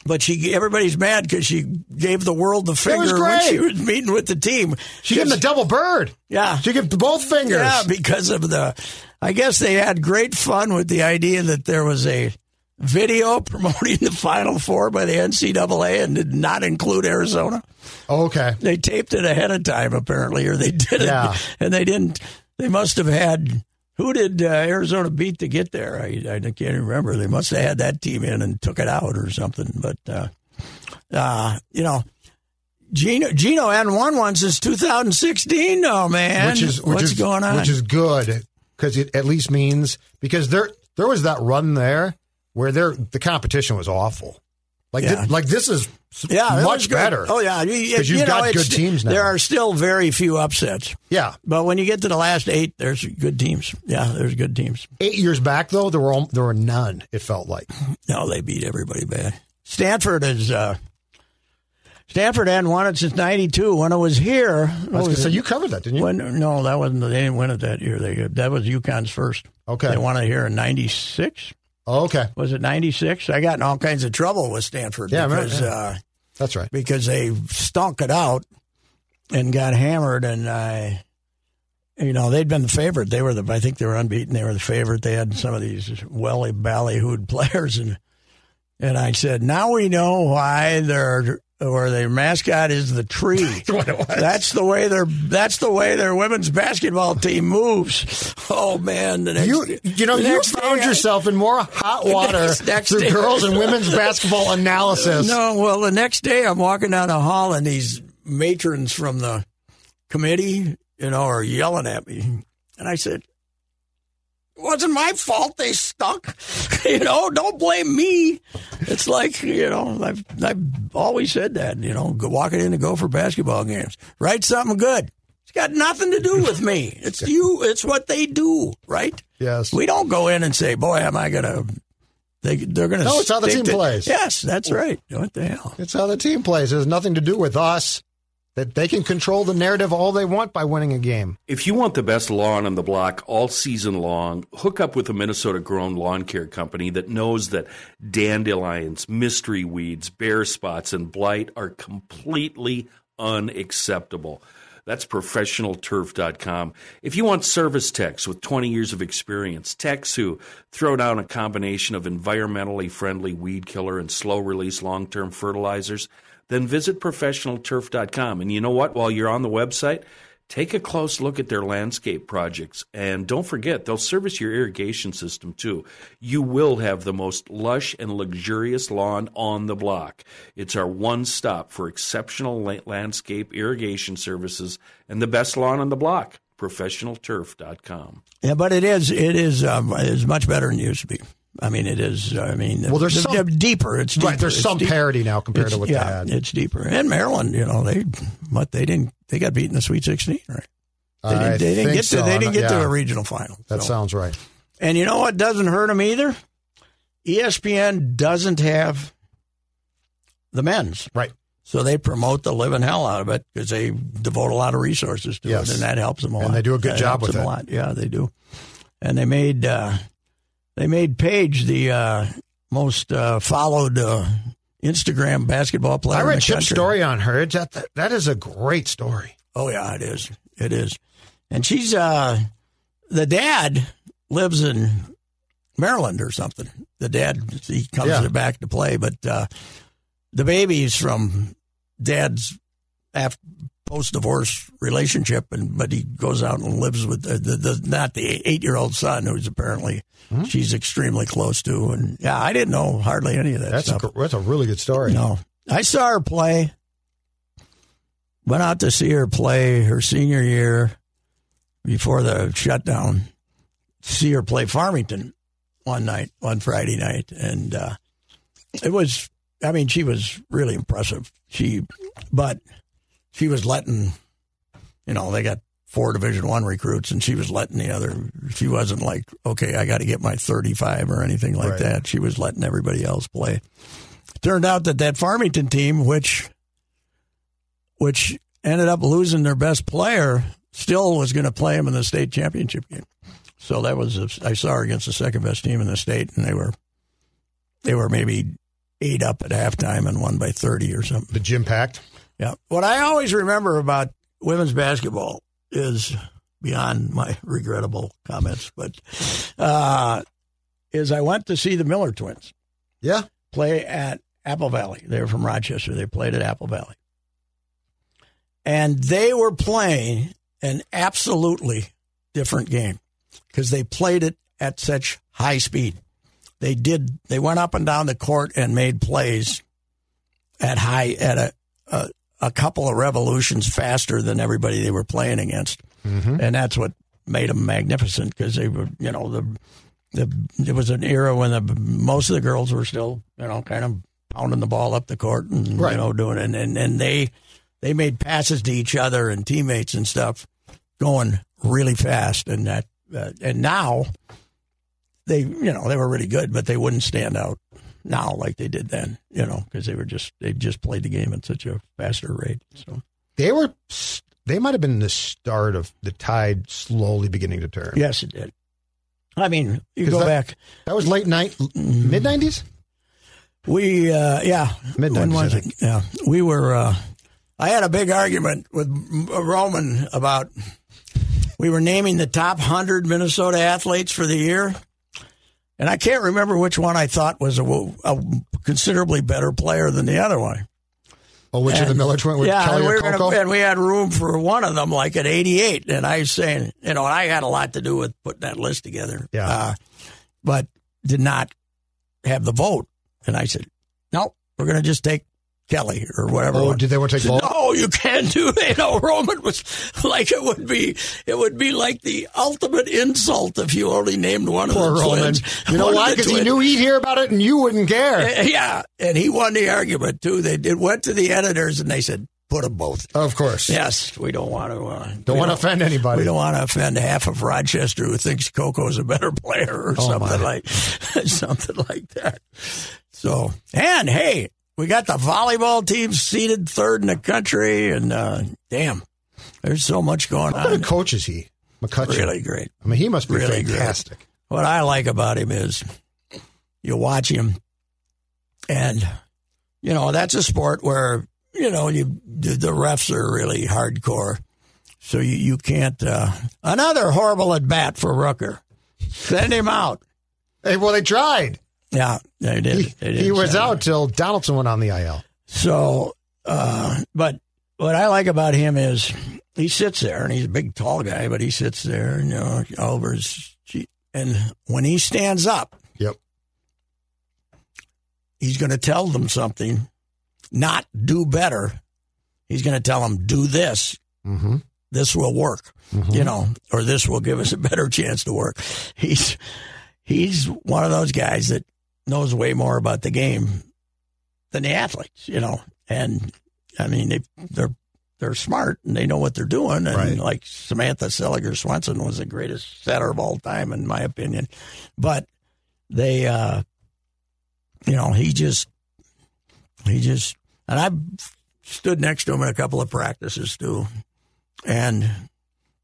Speaker 1: but she, everybody's mad because she gave the world the
Speaker 2: was
Speaker 1: finger when
Speaker 2: great.
Speaker 1: she was meeting with the team.
Speaker 2: She gave him the double bird.
Speaker 1: yeah.
Speaker 2: She gave both fingers.
Speaker 1: Yeah, because of the. I guess they had great fun with the idea that there was a video promoting the Final Four by the NCAA and did not include Arizona.
Speaker 2: Okay.
Speaker 1: They taped it ahead of time, apparently, or they did it,
Speaker 2: Yeah.
Speaker 1: and they didn't. They must have had who did uh, Arizona beat to get there? I, I can't even remember. They must have had that team in and took it out or something. But uh, uh, you know, Gino Gino hadn't won one since 2016. Oh man,
Speaker 2: which is which
Speaker 1: what's
Speaker 2: is
Speaker 1: going on?
Speaker 2: which is good because it at least means because there there was that run there where there the competition was awful. Like
Speaker 1: Yeah.
Speaker 2: thi- like this is s-
Speaker 1: yeah, that was
Speaker 2: much
Speaker 1: good.
Speaker 2: better.
Speaker 1: Oh yeah, You- you,
Speaker 2: 'Cause you've
Speaker 1: you know,
Speaker 2: got
Speaker 1: it's-
Speaker 2: good teams now.
Speaker 1: There are still very few upsets.
Speaker 2: yeah.
Speaker 1: But when you get to the last eight, there's good teams. Yeah, there's good teams.
Speaker 2: Eight years back though, there were al- there were none. It felt like
Speaker 1: No, they beat everybody bad. Stanford is. Uh, Stanford hadn't won it since '92 when it was here.
Speaker 2: I was
Speaker 1: What
Speaker 2: gonna
Speaker 1: was
Speaker 2: say
Speaker 1: it?
Speaker 2: you covered that, didn't you?
Speaker 1: When, no, that wasn't. They didn't win it that year. They that was UConn's first.
Speaker 2: Okay.
Speaker 1: they won it here in '96.
Speaker 2: Oh, okay,
Speaker 1: Was it '96? I got in all kinds of trouble with Stanford
Speaker 2: Yeah, I remember,
Speaker 1: because
Speaker 2: yeah.
Speaker 1: uh,
Speaker 2: that's right.
Speaker 1: because they stunk it out and got hammered, and I, you know, they'd been the favorite. They were the. I think they were unbeaten. They were the favorite. They had some of these welly ballyhooed players, and and I said, now we know why they're. Or their mascot is the tree. That's the way their that's the way their women's basketball team moves. Oh man, the next,
Speaker 2: You you know
Speaker 1: the
Speaker 2: you
Speaker 1: next
Speaker 2: found
Speaker 1: day I-
Speaker 2: yourself in more hot water
Speaker 1: next- next
Speaker 2: through
Speaker 1: day-
Speaker 2: girls and women's basketball analysis.
Speaker 1: No, well, the next day I'm walking down the hall and these matrons from the committee, you know, are yelling at me. And I said, it wasn't my fault they stunk. you know, don't blame me. It's like, you know, I've, I've always said that, you know, go- walking in to go for basketball games. Write something good. It's got nothing to do with me. It's you. It's what they do, right?
Speaker 2: Yes.
Speaker 1: We don't go in and say, "Boy, am I gonna?" They they're gonna.
Speaker 2: No, it's how the
Speaker 1: stick
Speaker 2: team plays.
Speaker 1: Yes, that's right. What the hell?
Speaker 2: It's how the team plays. It has nothing to do with us. That they can control the narrative all they want by winning a game.
Speaker 6: If you want the best lawn on the block all season long, hook up with a Minnesota grown lawn care company that knows that dandelions, mystery weeds, bare spots, and blight are completely unacceptable. That's professionalturf.com. If you want service techs with 20 years of experience, techs who throw down a combination of environmentally friendly weed killer and slow release long term fertilizers, then visit professionalturf.com. And you know what? While you're on the website, Take a close look at their landscape projects and don't forget they'll service your irrigation system too. You will have the most lush and luxurious lawn on the block. It's our one stop for exceptional la- landscape irrigation services and the best lawn on the block. ProfessionalTurf.com.
Speaker 1: Yeah, but it is it is um, it is much better than it used to be. I mean, it is. I mean,
Speaker 2: Well, there's
Speaker 1: it's
Speaker 2: some-
Speaker 1: deeper. It's deeper.
Speaker 2: Right. There's
Speaker 1: It's
Speaker 2: some
Speaker 1: deep-
Speaker 2: parity now compared
Speaker 1: it's-
Speaker 2: to what
Speaker 1: yeah,
Speaker 2: they had.
Speaker 1: it's deeper. And Maryland, you know, they but they didn't they got beaten in the Sweet Sixteen, right? They
Speaker 2: I
Speaker 1: didn't, they didn't
Speaker 2: think
Speaker 1: get to
Speaker 2: so.
Speaker 1: they
Speaker 2: I'm
Speaker 1: didn't
Speaker 2: not-
Speaker 1: get to
Speaker 2: yeah,
Speaker 1: a regional final.
Speaker 2: That
Speaker 1: so.
Speaker 2: sounds right.
Speaker 1: And you know what doesn't hurt them either? E ESPN doesn't have the men's.
Speaker 2: Right.
Speaker 1: So they promote the living hell out of it because they devote a lot of resources to
Speaker 2: Yes.
Speaker 1: it, and that helps them a
Speaker 2: And
Speaker 1: lot.
Speaker 2: they do a good
Speaker 1: That
Speaker 2: job
Speaker 1: helps
Speaker 2: with
Speaker 1: them
Speaker 2: it.
Speaker 1: A lot. Yeah, they do. And they made uh, they made Page the uh, most uh, followed uh, Instagram basketball player.
Speaker 2: I
Speaker 1: in the
Speaker 2: read Chip's
Speaker 1: country.
Speaker 2: story on her. It's- That, that, that is a great story.
Speaker 1: Oh yeah, it is. It is. And she's uh the dad lives in Maryland or something. The dad he comes
Speaker 2: Yeah.
Speaker 1: back to play, but uh the baby's from dad's after post divorce relationship and but he goes out and lives with the, the, the not the 8-year-old son who's apparently
Speaker 2: Hmm?
Speaker 1: she's extremely close to and yeah, I didn't know hardly any of that
Speaker 2: That's a,
Speaker 1: stuff.
Speaker 2: gr- that's a really good story.
Speaker 1: No. I saw her play. Went out to see her play her senior year before the shutdown. See her play Farmington one night, one Friday night. And uh, it was, I mean, she was really impressive. She, but she was letting, you know, they got four Division One recruits and she was letting the other, she wasn't like, okay, I got to get my 35 or anything like
Speaker 2: Right.
Speaker 1: that. She was letting everybody else play turned out that that Farmington team, which which ended up losing their best player, still was going to play him in the state championship game. So that was I saw her against the second best team in the state, and they were they were maybe eight up at halftime and won by thirty or something.
Speaker 2: The gym packed.
Speaker 1: Yeah. What I always remember about women's basketball is beyond my regrettable comments, but uh, is I went to see the Miller twins
Speaker 2: Yeah.
Speaker 1: play at Apple Valley. They were from Rochester. They played at Apple Valley. And they were playing an absolutely different game because they played it at such high speed. They did. They went up and down the court and made plays at high at a a, a couple of revolutions faster than everybody they were playing against, and that's what made them magnificent because they were you know the the it was an era when the most of the girls were still you know kind of pounding the ball up the court and
Speaker 2: Right.
Speaker 1: you know doing it. and and and they they made passes to each other and teammates and stuff going really fast and that uh, and now they you know they were really good but they wouldn't stand out now like they did then you know because they were just they just played the game at such a faster rate so
Speaker 2: They were. They might have been the start of the tide slowly beginning to turn.
Speaker 1: yes it did i mean you
Speaker 2: 'Cause
Speaker 1: go
Speaker 2: that-
Speaker 1: back
Speaker 2: That was late night,
Speaker 1: Mm-hmm.
Speaker 2: mid nineties.
Speaker 1: We uh, yeah,
Speaker 2: Midnight,
Speaker 1: When was
Speaker 2: I
Speaker 1: it? Yeah, we were. Uh, I had a big argument with M- Roman about we were naming the top hundred Minnesota athletes for the year, and I can't remember which one I thought was a, wo- a considerably better player than the other one.
Speaker 2: Oh, which of the
Speaker 1: And-
Speaker 2: Millers went with
Speaker 1: yeah,
Speaker 2: Kelly
Speaker 1: and we
Speaker 2: or
Speaker 1: were gonna-
Speaker 2: Coco?
Speaker 1: and we had room for one of them, like at 88. And I was saying, you know, I had a lot to do with putting that list together.
Speaker 2: Yeah.
Speaker 1: Uh, but did not have the vote. And I said, no, we're going to just take Kelly or whatever.
Speaker 2: Oh,
Speaker 1: one."
Speaker 2: did they want to take
Speaker 1: Said,
Speaker 2: both?
Speaker 1: No, you can't do that. You know, Roman was like, it would be, it would be like the ultimate insult if you only named one
Speaker 2: Poor
Speaker 1: of the
Speaker 2: Roman.
Speaker 1: twins.
Speaker 2: You know
Speaker 1: One of
Speaker 2: why?
Speaker 1: the
Speaker 2: Because he
Speaker 1: twins.
Speaker 2: knew he'd hear about it and you wouldn't care.
Speaker 1: Uh, Yeah, and he won the argument too. They it went to the editors and they said, "Put them both."
Speaker 2: Of course.
Speaker 1: Yes, we don't want to. Uh,
Speaker 2: Don't
Speaker 1: we
Speaker 2: want to offend anybody.
Speaker 1: We don't want to offend half of Rochester who thinks Coco's a better player or
Speaker 2: Oh,
Speaker 1: something
Speaker 2: my.
Speaker 1: like something like that. So, and hey, we got the volleyball team seated third in the country, and uh, damn, there's so much going
Speaker 2: What kind
Speaker 1: on.
Speaker 2: of coach is he? McCutcheon.
Speaker 1: Really great.
Speaker 2: I mean, he must be
Speaker 1: Really great.
Speaker 2: fantastic.
Speaker 1: What I like about him is you watch him, and you know that's a sport where you know you the the refs are really hardcore, so you you can't. Uh, another horrible at bat for Rooker. Send him out.
Speaker 2: Hey, well, they tried.
Speaker 1: Yeah, they did.
Speaker 2: He,
Speaker 1: They did
Speaker 2: he was
Speaker 1: send him.
Speaker 2: out till Donaldson went on the IL.
Speaker 1: So, uh, but what I like about him is he sits there, and he's a big, tall guy, but he sits there, and you know, Oliver's, and when he stands up,
Speaker 2: Yep.
Speaker 1: he's going to tell them something, not do better. He's going to tell them, do this.
Speaker 2: Mm-hmm.
Speaker 1: This will work, you know, or this will give us a better chance to work. He's he's one of those guys that knows way more about the game than the athletes, you know. And I mean, they they're they're smart and they know what they're doing. And
Speaker 2: Right.
Speaker 1: like Samantha Seliger Swenson was the greatest setter of all time, in my opinion. But they, uh, you know, he just he just and I stood next to him in a couple of practices too, and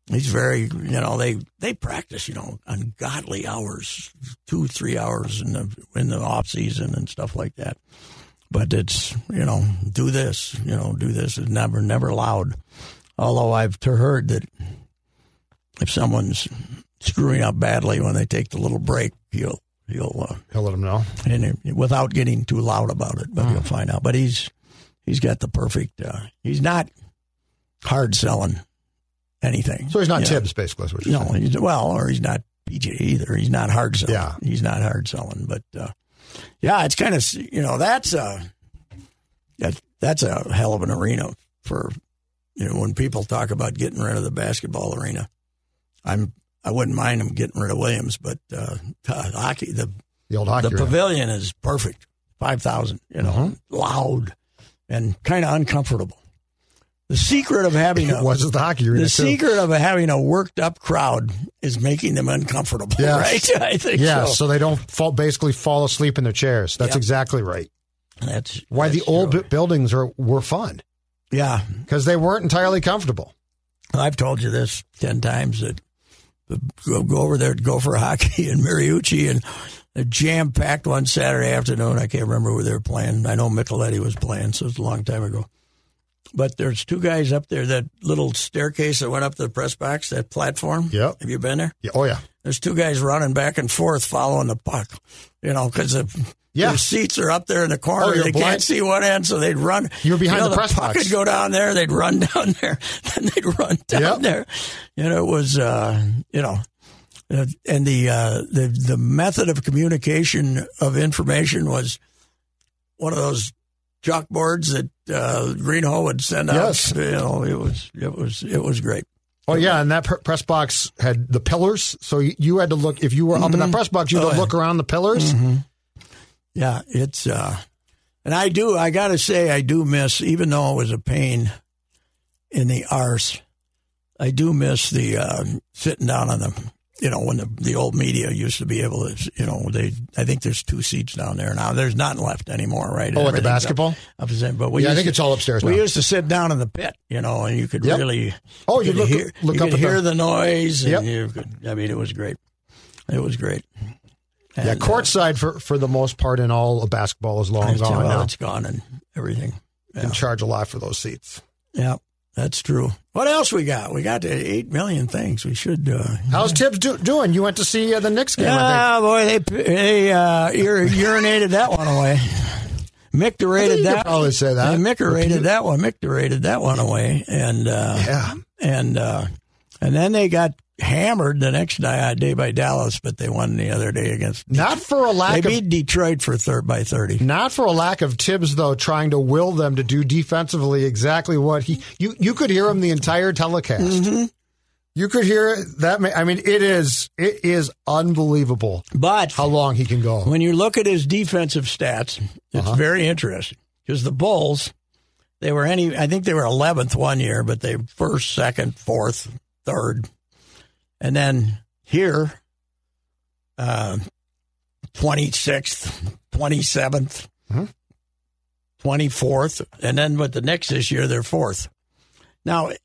Speaker 1: he's very you know they they practice you know ungodly hours, two three hours in the in the off season and stuff like that. But it's you know do this you know do this is never never allowed. Although I've to- heard that if someone's screwing up badly when they take the little break, you'll you'll uh,
Speaker 2: He'll let him know.
Speaker 1: and it, without getting too loud about it, but
Speaker 2: Mm.
Speaker 1: you'll find out. But he's he's got the perfect. Uh, he's not hard selling anything.
Speaker 2: So he's not
Speaker 1: you know.
Speaker 2: Tibbs, basically. Is what you're
Speaker 1: No,
Speaker 2: saying.
Speaker 1: he's well, or he's not PJ either. He's not hard selling.
Speaker 2: Yeah.
Speaker 1: he's not hard selling. But uh, yeah, it's kind of you know that's a that, that's a hell of an arena for you know when people talk about getting rid of the basketball arena. I'm I wouldn't mind them getting rid of Williams, but uh, hockey the
Speaker 2: the old hockey.
Speaker 1: the
Speaker 2: rink.
Speaker 1: pavilion is perfect. Five thousand, you know,
Speaker 2: Mhm.
Speaker 1: loud and kind of uncomfortable. The secret of having a
Speaker 2: It was at the hockey arena.
Speaker 1: the
Speaker 2: too.
Speaker 1: secret of having a worked up crowd is making them uncomfortable,
Speaker 2: Yes.
Speaker 1: right? I think
Speaker 2: Yeah,
Speaker 1: so.
Speaker 2: so they don't fall, basically fall asleep in their chairs. That's
Speaker 1: Yep.
Speaker 2: exactly right.
Speaker 1: That's
Speaker 2: Why
Speaker 1: that's
Speaker 2: the old
Speaker 1: true. Mm-hmm.
Speaker 2: bu- buildings are, were fun
Speaker 1: yeah.
Speaker 2: because they weren't entirely comfortable.
Speaker 1: I've told you this ten times that go, go over there to Gopher Hockey in Mariucci and a jam packed one Saturday afternoon. I can't remember who they were playing. I know Micheletti was playing, so it's a long time ago. But there's two guys up there, that little staircase that went up to the press box, that platform.
Speaker 2: Yep.
Speaker 1: Have you been there?
Speaker 2: Yeah, oh yeah,
Speaker 1: There's two guys running back and forth following the puck, you know, because the
Speaker 2: Yeah.
Speaker 1: Your seats are up there in the corner.
Speaker 2: Oh, you're
Speaker 1: they
Speaker 2: blind?
Speaker 1: can't see one end, so they'd run.
Speaker 2: You were behind
Speaker 1: you know,
Speaker 2: the press
Speaker 1: puck
Speaker 2: box.
Speaker 1: Could go down there. They'd run down there. Then they'd run down
Speaker 2: Yep.
Speaker 1: there. And it was, uh, you know, uh, and the uh, the the method of communication of information was one of those chalkboards that uh, Greenhall would send out.
Speaker 2: Yes.
Speaker 1: You know, it was it was it was great.
Speaker 2: Oh yeah, and that pr- press box had the pillars, so you, you had to look. If you were up in that press box, you had
Speaker 1: Oh,
Speaker 2: to
Speaker 1: yeah. Mm-hmm.
Speaker 2: look around the pillars. Oh,
Speaker 1: Yeah, it's uh and I do I gotta say I do miss even though it was a pain in the arse, I do miss the uh, sitting down on the you know, when the the old media used to be able to you know, they I think there's two seats down there now. There's none left anymore, right?
Speaker 2: Oh, at the
Speaker 1: Everything's
Speaker 2: basketball?
Speaker 1: Up, up is in, but we
Speaker 2: Yeah, I
Speaker 1: used
Speaker 2: think
Speaker 1: to-
Speaker 2: it's all upstairs
Speaker 1: We
Speaker 2: now.
Speaker 1: used to sit down in the pit, you know, and you could
Speaker 2: Yep.
Speaker 1: really
Speaker 2: Oh, you
Speaker 1: could
Speaker 2: look-
Speaker 1: hear,
Speaker 2: look
Speaker 1: you
Speaker 2: up
Speaker 1: could
Speaker 2: at the-
Speaker 1: hear the noise and
Speaker 2: Yep.
Speaker 1: you could I mean it was great. It was great.
Speaker 2: yeah,
Speaker 1: And, uh,
Speaker 2: courtside for for the most part in all of basketball is long
Speaker 1: It's-
Speaker 2: gone
Speaker 1: well,
Speaker 2: now.
Speaker 1: It's gone and everything.
Speaker 2: You Can charge a lot for those seats.
Speaker 1: Yeah, that's true. What else we got? We got uh, eight million things. We should. Uh,
Speaker 2: How's Tibbs do, doing? You went to see uh, the Knicks game, I
Speaker 1: Ah, boy, they they uh, ur- urinated that one away. Mick
Speaker 2: think. I think
Speaker 1: derated
Speaker 2: you could
Speaker 1: that.
Speaker 2: probably say that.
Speaker 1: And Mick rated that one. Mick rated that one away, and uh,
Speaker 2: Yeah.
Speaker 1: and uh, and then they got hammered the next di- day by Dallas, but they won the other day against.
Speaker 2: Not for a
Speaker 1: They
Speaker 2: lack of
Speaker 1: beat Detroit for thir- by thirty.
Speaker 2: Not for a lack of Tibbs, though, trying to will them to do defensively exactly what he you you could hear him the entire telecast.
Speaker 1: Mm-hmm.
Speaker 2: You could hear that. ma- I mean, it is it is unbelievable
Speaker 1: But
Speaker 2: how long he can go.
Speaker 1: when you look at his defensive stats, it's very interesting because the Bulls, they were any, I think they were 11th one year, but they first, second, fourth, third. And then here, uh, 26th, 27th, 24th. And then with the next this year, they're fourth. Now, it-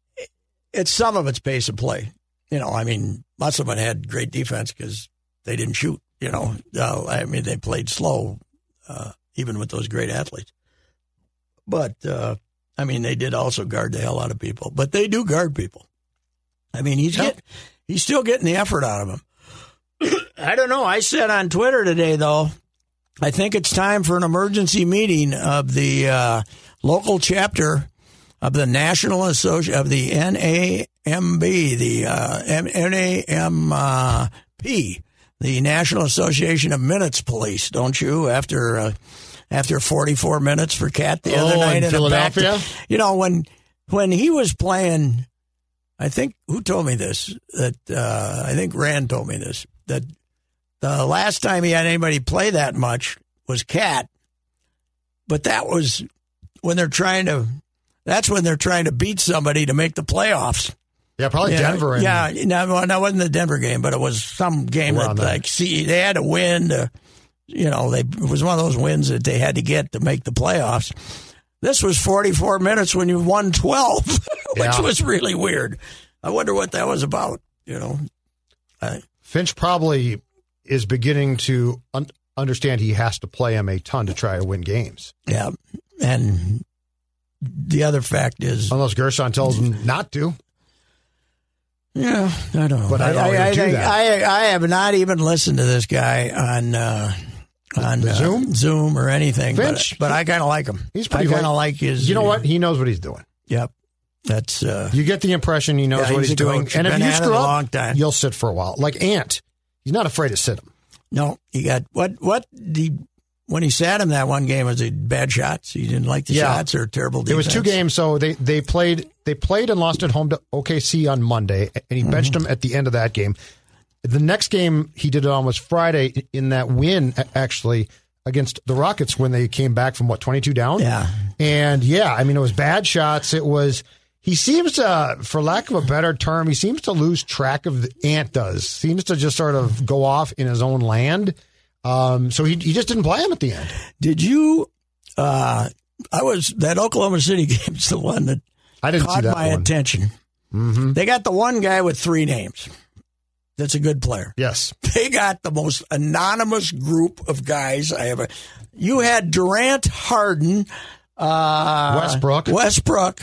Speaker 1: it's some of its pace of play. You know, I mean, Musselman had great defense because they didn't shoot. You know, uh, I mean, they played slow, uh, even with those great athletes. But uh, I mean, they did also guard the hell out of people. But they do guard people. I mean, he's get, he's still getting the effort out of them. I don't know. I said on Twitter today, though, I think it's time for an emergency meeting of the uh, local chapter of the National Association of the NAMB, the uh, M- NAMP, uh, the National Association of Minutes Police. Don't you after uh, after forty four minutes for Cat the other
Speaker 2: Oh,
Speaker 1: night
Speaker 2: in
Speaker 1: a back-
Speaker 2: Philadelphia?
Speaker 1: you know when when he was playing, I think who told me this that uh, I think Rand told me this that the last time he had anybody play that much was Cat, but that was when they're trying to. That's when they're trying to beat somebody to make the playoffs.
Speaker 2: Yeah, probably
Speaker 1: You know,
Speaker 2: Oh, Denver. And,
Speaker 1: yeah. No, well, no, it wasn't the Denver game, but it was some game
Speaker 2: Around
Speaker 1: that
Speaker 2: there.
Speaker 1: like see they had to win. To, you know, they it was one of those wins that they had to get to make the playoffs. This was 44 minutes when you won 12, which
Speaker 2: Yeah.
Speaker 1: was really weird. I wonder what that was about. You know,
Speaker 2: Finch probably is beginning to un- understand he has to play him a ton to try to win games,
Speaker 1: Yeah. And the other fact is,
Speaker 2: unless Gershon tells him not to.
Speaker 1: yeah, I don't know.
Speaker 2: But I don't really do
Speaker 1: think-
Speaker 2: that.
Speaker 1: I, I have not even listened to this guy on uh, on
Speaker 2: The
Speaker 1: uh,
Speaker 2: Zoom?
Speaker 1: Zoom or anything. but-
Speaker 2: Finch?
Speaker 1: But, I kind of like him.
Speaker 2: He's pretty
Speaker 1: I kind
Speaker 2: like-
Speaker 1: of like his. uh,
Speaker 2: You know what? He knows what he's doing.
Speaker 1: Yep. That's uh,
Speaker 2: You get the impression he knows
Speaker 1: Yeah,
Speaker 2: what
Speaker 1: he's
Speaker 2: he's,
Speaker 1: a
Speaker 2: doing.
Speaker 1: coach.
Speaker 2: And if
Speaker 1: Been
Speaker 2: you
Speaker 1: at it
Speaker 2: screw
Speaker 1: a
Speaker 2: up,
Speaker 1: long time.
Speaker 2: you'll sit for a while. Like Ant, he's not afraid to sit him.
Speaker 1: no. He got what what the when he sat him that one game was he bad shots. He didn't like the
Speaker 2: Yeah.
Speaker 1: shots or terrible.
Speaker 2: It
Speaker 1: Defense.
Speaker 2: was two games, so they, they played they played and lost at home to OKC on Monday, and
Speaker 1: Mm-hmm.
Speaker 2: he benched him at the end of that game. The next game he did it on was Friday in that win a- actually against the Rockets when they came back from what twenty two down.
Speaker 1: Yeah.
Speaker 2: and yeah, I mean it was bad shots. It was he seems to, for lack of a better term, he seems to lose track of the Ant does. Seems to just sort of go off in his own land. Um, so he he just didn't play him at the end.
Speaker 1: Did you? Uh, I was that Oklahoma City game's the one that
Speaker 2: I didn't see
Speaker 1: caught
Speaker 2: that
Speaker 1: my
Speaker 2: one. Mm-hmm.
Speaker 1: attention. They got the one guy with three names. That's a good player.
Speaker 2: Yes,
Speaker 1: They got the most anonymous group of guys I ever. You had Durant, Harden, uh,
Speaker 2: Westbrook.
Speaker 1: Westbrook,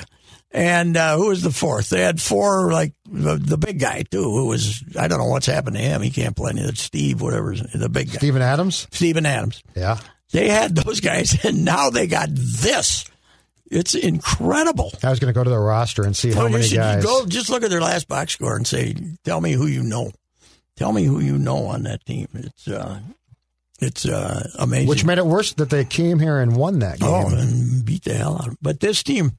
Speaker 1: and uh, who was the fourth? They had four, like the, the big guy too, who was I don't know what's happened to him. He can't play. Any, Steve, whatever, his- the big guy,
Speaker 2: Stephen Adams.
Speaker 1: Stephen Adams.
Speaker 2: Yeah.
Speaker 1: They had those guys, and now they got this. It's incredible.
Speaker 2: I was going to go to their roster and see how
Speaker 1: Well, you
Speaker 2: many
Speaker 1: should
Speaker 2: guys.
Speaker 1: go just look at their last box score and say, "Tell me who you know. Tell me who you know on that team." It's uh, it's uh, amazing.
Speaker 2: Which made it worse that they came here and won that game.
Speaker 1: Oh, and beat the hell out of 'em. But this team,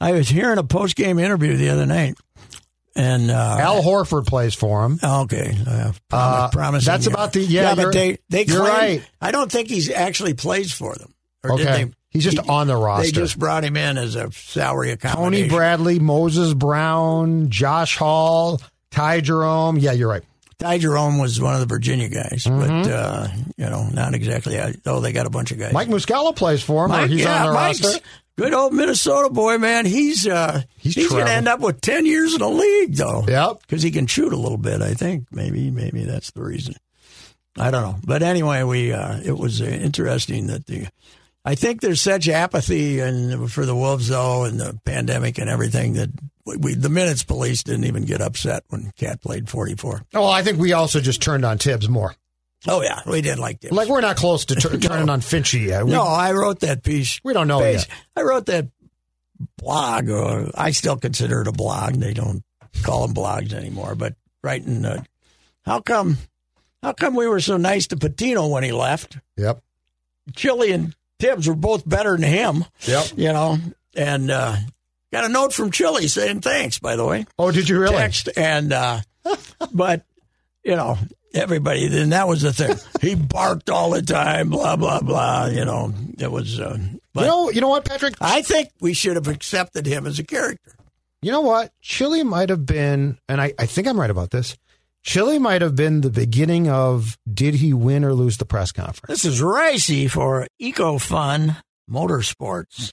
Speaker 1: I was hearing a post game interview the other night, and uh,
Speaker 2: Al Horford plays for them.
Speaker 1: okay, uh, promi-
Speaker 2: Uh,
Speaker 1: promising
Speaker 2: that's
Speaker 1: young.
Speaker 2: about the- yeah,
Speaker 1: but
Speaker 2: you're-
Speaker 1: they they
Speaker 2: you're
Speaker 1: claim,
Speaker 2: right.
Speaker 1: I don't think he's actually plays for them. Or did
Speaker 2: Okay.
Speaker 1: they-
Speaker 2: He's just
Speaker 1: he-
Speaker 2: on the
Speaker 1: They
Speaker 2: roster.
Speaker 1: just brought him in as a salary
Speaker 2: Tony
Speaker 1: accommodation.
Speaker 2: Bradley, Moses Brown, Josh Hall, Ty Jerome. Yeah, you're right.
Speaker 1: Ty Jerome was one of the Virginia guys, but uh, you know, not exactly. Oh, they got a bunch of guys.
Speaker 2: Mm-hmm. Mike Muscala plays for him. or
Speaker 1: Mike,
Speaker 2: he's
Speaker 1: yeah,
Speaker 2: on their
Speaker 1: Mike's
Speaker 2: roster.
Speaker 1: good old Minnesota boy, man. He's uh,
Speaker 2: He's
Speaker 1: he's, going to
Speaker 2: traveled.
Speaker 1: end up with ten years in the league, though.
Speaker 2: Yep.
Speaker 1: because he can shoot a little bit. I think maybe maybe that's the reason. I don't know, but anyway, we uh, it was uh, interesting that the. I think there's such apathy and for the Wolves though, and the pandemic and everything that we, we the minutes police didn't even get upset when Cat played 44.
Speaker 2: Well, I think we also just turned on Tibbs more.
Speaker 1: Oh yeah, we did like that.
Speaker 2: Like we're not close to tur- turning on Finchie yet. We, Oh,
Speaker 1: no, I wrote that piece.
Speaker 2: we don't know
Speaker 1: Bas-
Speaker 2: yet.
Speaker 1: I wrote that blog, or I still consider it a blog. They don't call them blogs anymore. But writing, uh, how come, how come we were so nice to Patino when he left?
Speaker 2: Yep.
Speaker 1: Chili and Tibbs were both better than him.
Speaker 2: Yep.
Speaker 1: You know, and uh, got a note from Chili saying thanks. By the way,
Speaker 2: Oh, did you really?
Speaker 1: text and uh, but you know everybody then that was the thing he barked all the time blah blah blah you know it was uh, but
Speaker 2: you know, you know what, Patrick?
Speaker 1: i think we should have accepted him as a character
Speaker 2: You know what? Chile might have been, and I, I think I'm right about this. Chile might have been the beginning of did he win or lose the press conference?
Speaker 1: this is ricey for ecofun motorsports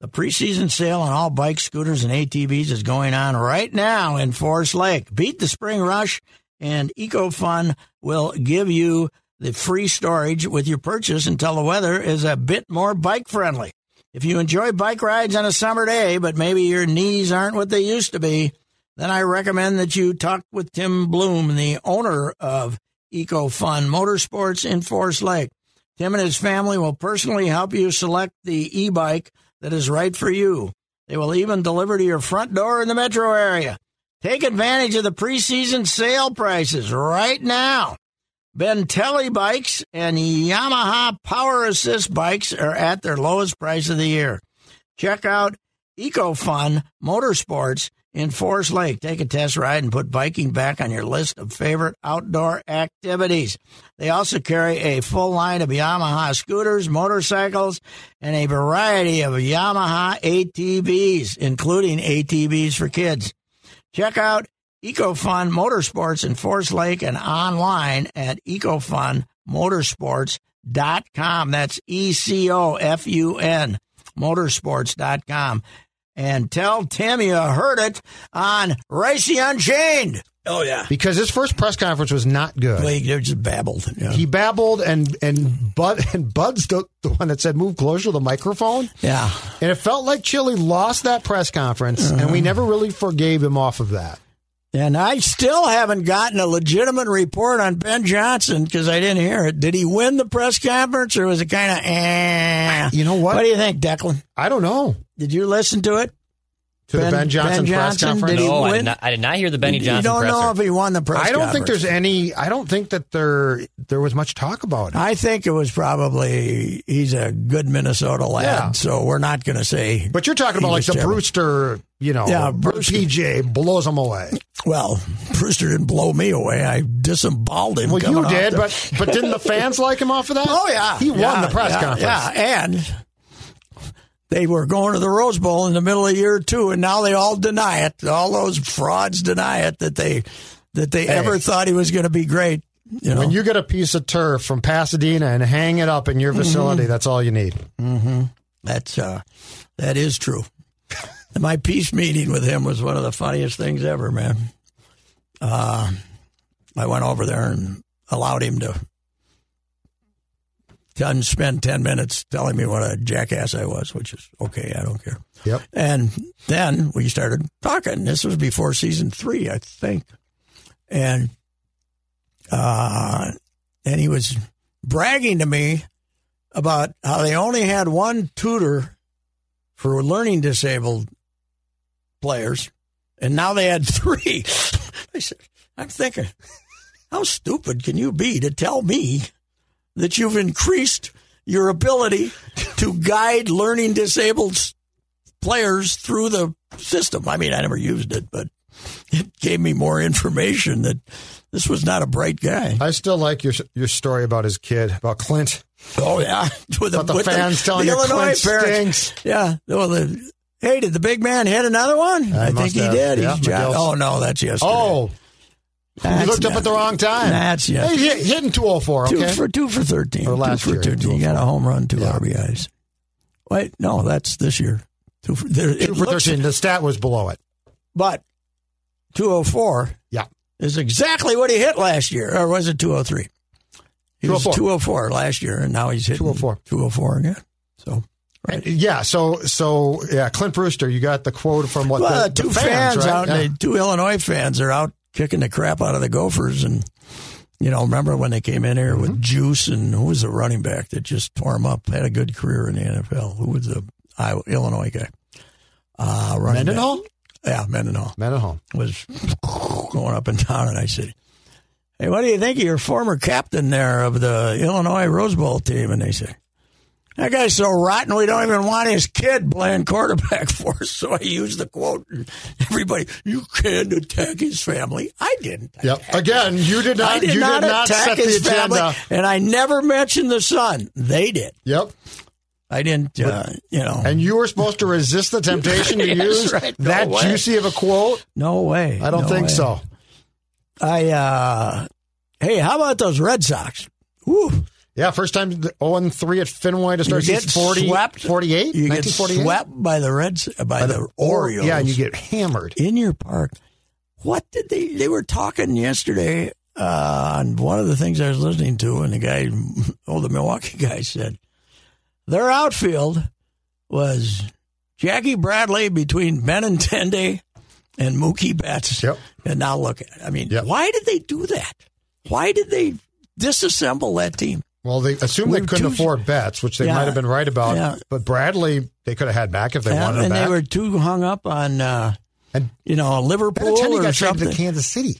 Speaker 1: the preseason sale on all bikes scooters and atvs is going on right now in forest lake beat the spring rush and ecofun will give you the free storage with your purchase until the weather is a bit more bike friendly. If you enjoy bike rides on a summer day, but maybe your knees aren't what they used to be, then I recommend that you talk with Tim Bloom, the owner of EcoFun Motorsports in Forest Lake. Tim and his family will personally help you select the e bike that is right for you. They will even deliver to your front door in the metro area. Take advantage of the preseason sale prices right now. Bentelli bikes and Yamaha Power Assist bikes are at their lowest price of the year. Check out EcoFun Motorsports in Forest Lake. Take a test ride and put biking back on your list of favorite outdoor activities. They also carry a full line of Yamaha scooters, motorcycles, and a variety of Yamaha ATVs, including ATVs for kids. Check out EcoFun Motorsports in Forest Lake and online at EcoFunMotorsports.com. That's E C O F U N Motorsports.com. And tell Tim you heard it on Racing Unchained. Oh, yeah.
Speaker 2: Because his first press conference was not good.
Speaker 1: Well, you just babbled. Yeah.
Speaker 2: He babbled, and and Bud and Bud's the, the one that said move closer to the microphone,
Speaker 1: yeah.
Speaker 2: and it felt like Chile lost that press conference, and
Speaker 1: Uh-huh.
Speaker 2: we never really forgave him off of that.
Speaker 1: And I still haven't gotten a legitimate report on Ben Johnson because I didn't hear it. Did he win the press conference or was it kind of eh?
Speaker 2: You know what?
Speaker 1: What do you think, Declan?
Speaker 2: I don't know
Speaker 1: Did you listen to it?
Speaker 2: to the
Speaker 1: Ben-
Speaker 2: Ben Johnson,
Speaker 1: Ben Johnson,
Speaker 2: press conference.
Speaker 1: did he
Speaker 5: no, I
Speaker 1: win?
Speaker 5: did, not, I did not hear the Benny Johnson
Speaker 1: you don't
Speaker 5: presser.
Speaker 1: know if he won the press.
Speaker 2: I don't think
Speaker 1: conference.
Speaker 2: there's any. I don't think that there there was much talk about it.
Speaker 1: I think it was probably he's a good Minnesota lad,
Speaker 2: Yeah.
Speaker 1: so we're not going to say.
Speaker 2: But you're talking about
Speaker 1: He
Speaker 2: like
Speaker 1: was
Speaker 2: the
Speaker 1: terrible.
Speaker 2: Brewster, you know,
Speaker 1: Yeah, Brewster.
Speaker 2: PJ blows him away.
Speaker 1: Well, Brewster didn't blow me away. I disemboweled him.
Speaker 2: Well,
Speaker 1: coming
Speaker 2: you
Speaker 1: off
Speaker 2: did,
Speaker 1: the-
Speaker 2: but but didn't the fans like him off of that?
Speaker 1: Oh yeah,
Speaker 2: he won
Speaker 1: Yeah,
Speaker 2: the press
Speaker 1: yeah,
Speaker 2: conference.
Speaker 1: Yeah, and they were going to the Rose Bowl in the middle of year two, and now they all deny it. All those frauds deny it that they that they ever thought he was going to be great. You know,
Speaker 2: When you get a piece of turf from Pasadena and hang it up in
Speaker 1: Mm-hmm.
Speaker 2: your facility, that's all you need.
Speaker 1: that's uh, that is true. My peace meeting with him was one of the funniest things ever, man. Uh, I went over there and allowed him to done spend 10 minutes telling me what a jackass I was, which is okay. I don't care.
Speaker 2: Yep.
Speaker 1: And then we started talking. This was before season three, I think. And, uh, and he was bragging to me about how they only had one tutor for learning disabled players, and now they had three. I said, I'm thinking, how stupid can you be to tell me that you've increased your ability to guide learning disabled s- players through the system? I mean, I never used it, but it gave me more information that this was not a bright guy.
Speaker 2: I still like your your story about his kid, about Clint.
Speaker 1: Oh yeah, with
Speaker 2: But the fans telling you Clint stinks.
Speaker 1: Yeah, well, the, hey, did the big man hit another one?
Speaker 2: I
Speaker 1: I, think
Speaker 2: must
Speaker 1: he
Speaker 2: have.
Speaker 1: did.
Speaker 2: Yeah,
Speaker 1: He's jo-
Speaker 2: McGill's-
Speaker 1: oh no, that's yesterday.
Speaker 2: Oh,
Speaker 1: That's
Speaker 2: you looked up
Speaker 1: not-
Speaker 2: at the wrong time.
Speaker 1: That's yeah.
Speaker 2: Hey, hit, hitting 204,
Speaker 1: Two
Speaker 2: okay?
Speaker 1: for two for thirteen.
Speaker 2: Or last
Speaker 1: two for
Speaker 2: year,
Speaker 1: thirteen. You got a home run, two
Speaker 2: Yeah.
Speaker 1: RBIs. Wait, no, that's this year. Two for, there, it
Speaker 2: Two for
Speaker 1: looks-
Speaker 2: 13. The stat was below it.
Speaker 1: but two hundred four
Speaker 2: Yeah.
Speaker 1: is exactly what he hit last year, or was it two hundred three? He was
Speaker 2: 204.
Speaker 1: two hundred four last year, and now he's hitting
Speaker 2: 204.
Speaker 1: Two hundred four again. So right.
Speaker 2: Yeah, so, so yeah, Clint Brewster, you got the quote from what?
Speaker 1: Well,
Speaker 2: the, the
Speaker 1: two fans,
Speaker 2: right?
Speaker 1: out,
Speaker 2: Yeah.
Speaker 1: they, two Illinois fans are out kicking the crap out of the Gophers, and you know, remember when they came in here
Speaker 2: Mm-hmm.
Speaker 1: with Juice and who was the running back that just tore him up? Had a good career in the NFL. Who was the Iowa, Illinois guy? Uh, running back.
Speaker 2: Mendenhall?
Speaker 1: Yeah, Mendenhall
Speaker 2: Mendenhall.
Speaker 1: was going up and down, and I said, "Hey, what do you think of your former captain there of the Illinois Rose Bowl team?" And they said, "That guy's so rotten, we don't even want his kid playing quarterback for us." So I used the quote, and everybody, you can't attack his family. I didn't.
Speaker 2: Yep. Again, you did not.
Speaker 1: I did
Speaker 2: you
Speaker 1: not
Speaker 2: did not
Speaker 1: attack
Speaker 2: set the
Speaker 1: his
Speaker 2: agenda.
Speaker 1: family, and I never mentioned the son. They did.
Speaker 2: Yep.
Speaker 1: I didn't. Uh, you know,
Speaker 2: And you were supposed to resist the temptation to
Speaker 1: Yes,
Speaker 2: use
Speaker 1: right. Go
Speaker 2: that
Speaker 1: away.
Speaker 2: juicy of a quote.
Speaker 1: no way.
Speaker 2: I don't
Speaker 1: No
Speaker 2: think
Speaker 1: way.
Speaker 2: so.
Speaker 1: I. uh Hey, how about those Red Sox? Woo.
Speaker 2: Yeah, first time 0 3 at Fenway to start
Speaker 1: You
Speaker 2: since 40, 48,
Speaker 1: You get
Speaker 2: 1948?
Speaker 1: swept by the Reds, uh, by, the, Orioles.
Speaker 2: Yeah, you get hammered.
Speaker 1: in your park. What did they? They were talking yesterday uh, on one of the things I was listening to, and the guy, oh, the Milwaukee guy said their outfield was Jackie Bradley between Benintendi and Mookie Betts.
Speaker 2: Yep.
Speaker 1: And now look at. it. I mean,
Speaker 2: Yep.
Speaker 1: why did they do that? Why did they disassemble that team?
Speaker 2: Well, they assumed they
Speaker 1: We
Speaker 2: couldn't
Speaker 1: choose-
Speaker 2: afford bets, which they
Speaker 1: Yeah.
Speaker 2: might have been right about.
Speaker 1: Yeah.
Speaker 2: But Bradley, they could have had back if they
Speaker 1: Yeah,
Speaker 2: wanted him
Speaker 1: and
Speaker 2: back.
Speaker 1: they were too hung up on uh,
Speaker 2: And-
Speaker 1: you know Liverpool
Speaker 2: Benintendi
Speaker 1: or
Speaker 2: got traded
Speaker 1: something.
Speaker 2: to Kansas City.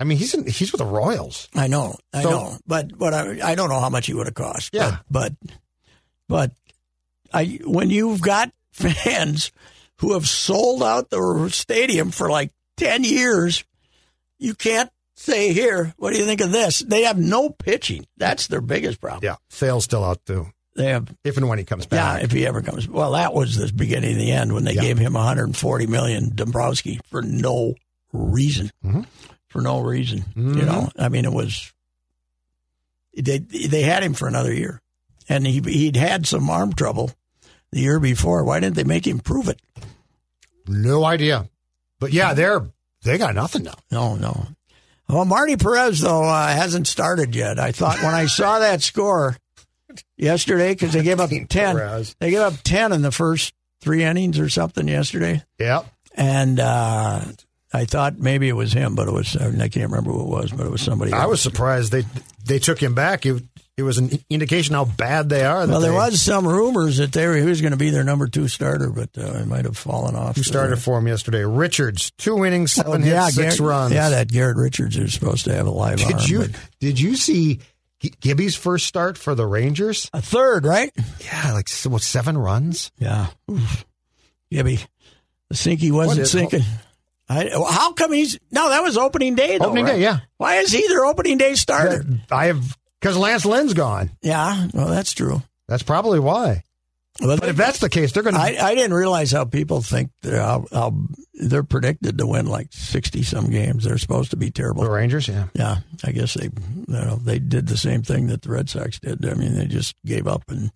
Speaker 2: I mean, he's in, he's with the Royals.
Speaker 1: I know, I
Speaker 2: So-
Speaker 1: know, but but I, I don't know how much he would have cost. but-
Speaker 2: Yeah.
Speaker 1: but but I when you've got fans who have sold out the stadium for like ten years, you can't say here, what do you think of this? They have no pitching. That's their biggest problem.
Speaker 2: Yeah, Sale's still out too,
Speaker 1: They have
Speaker 2: if and when he comes
Speaker 1: Yeah,
Speaker 2: back.
Speaker 1: if he ever comes. Well, that was the beginning of the end when they
Speaker 2: Yeah.
Speaker 1: gave him 140 million Dombrowski for no reason.
Speaker 2: Mhm.
Speaker 1: For no reason, you
Speaker 2: Mhm.
Speaker 1: know. I mean, it was they they had him for another year, and he he'd had some arm trouble the year before. Why didn't they make him prove it?
Speaker 2: No idea. But yeah, they're they got nothing now.
Speaker 1: No, no. Well, Marty Perez though uh, hasn't started yet. I thought when I saw that score yesterday because they gave up ten.
Speaker 2: Perez.
Speaker 1: They gave up ten in the first three innings or something yesterday.
Speaker 2: Yeah.
Speaker 1: and uh, I thought maybe it was him, but it was I can't remember who it was, but it was somebody.
Speaker 2: I
Speaker 1: else.
Speaker 2: was surprised they they took him back. It, it was an indication how bad they are. that
Speaker 1: Well, there
Speaker 2: they-
Speaker 1: was some rumors that they were, he was going to be their number two starter, but uh, it might have fallen off. Uh,
Speaker 2: who started for him yesterday. Richards, two innings,
Speaker 1: Oh,
Speaker 2: seven hits, six
Speaker 1: Garrett-
Speaker 2: runs.
Speaker 1: Yeah, that Garrett Richards is supposed to have a live arm.
Speaker 2: Did you
Speaker 1: but-
Speaker 2: did you see G- Gibby's first start for the Rangers?
Speaker 1: a third, right?
Speaker 2: Yeah, like s- what seven runs?
Speaker 1: Yeah. Oof. Gibby, the sink he wasn't
Speaker 2: is-
Speaker 1: sinking. I, how come he's no? That was opening day. Though,
Speaker 2: Opening day,
Speaker 1: right?
Speaker 2: Oh, yeah.
Speaker 1: Why is he their opening day starter?
Speaker 2: That- I have because Lance Lynn's gone.
Speaker 1: yeah, well, that's true.
Speaker 2: That's probably why.
Speaker 1: Well,
Speaker 2: But if that's the case, they're going
Speaker 1: I,
Speaker 2: to.
Speaker 1: I didn't realize how people think they're, how, how they're predicted to win like 60 some games. They're supposed to be
Speaker 2: The
Speaker 1: terrible.
Speaker 2: Rangers, yeah.
Speaker 1: Yeah, I guess they you know, they did the same thing that the Red Sox did. I mean, they just gave up and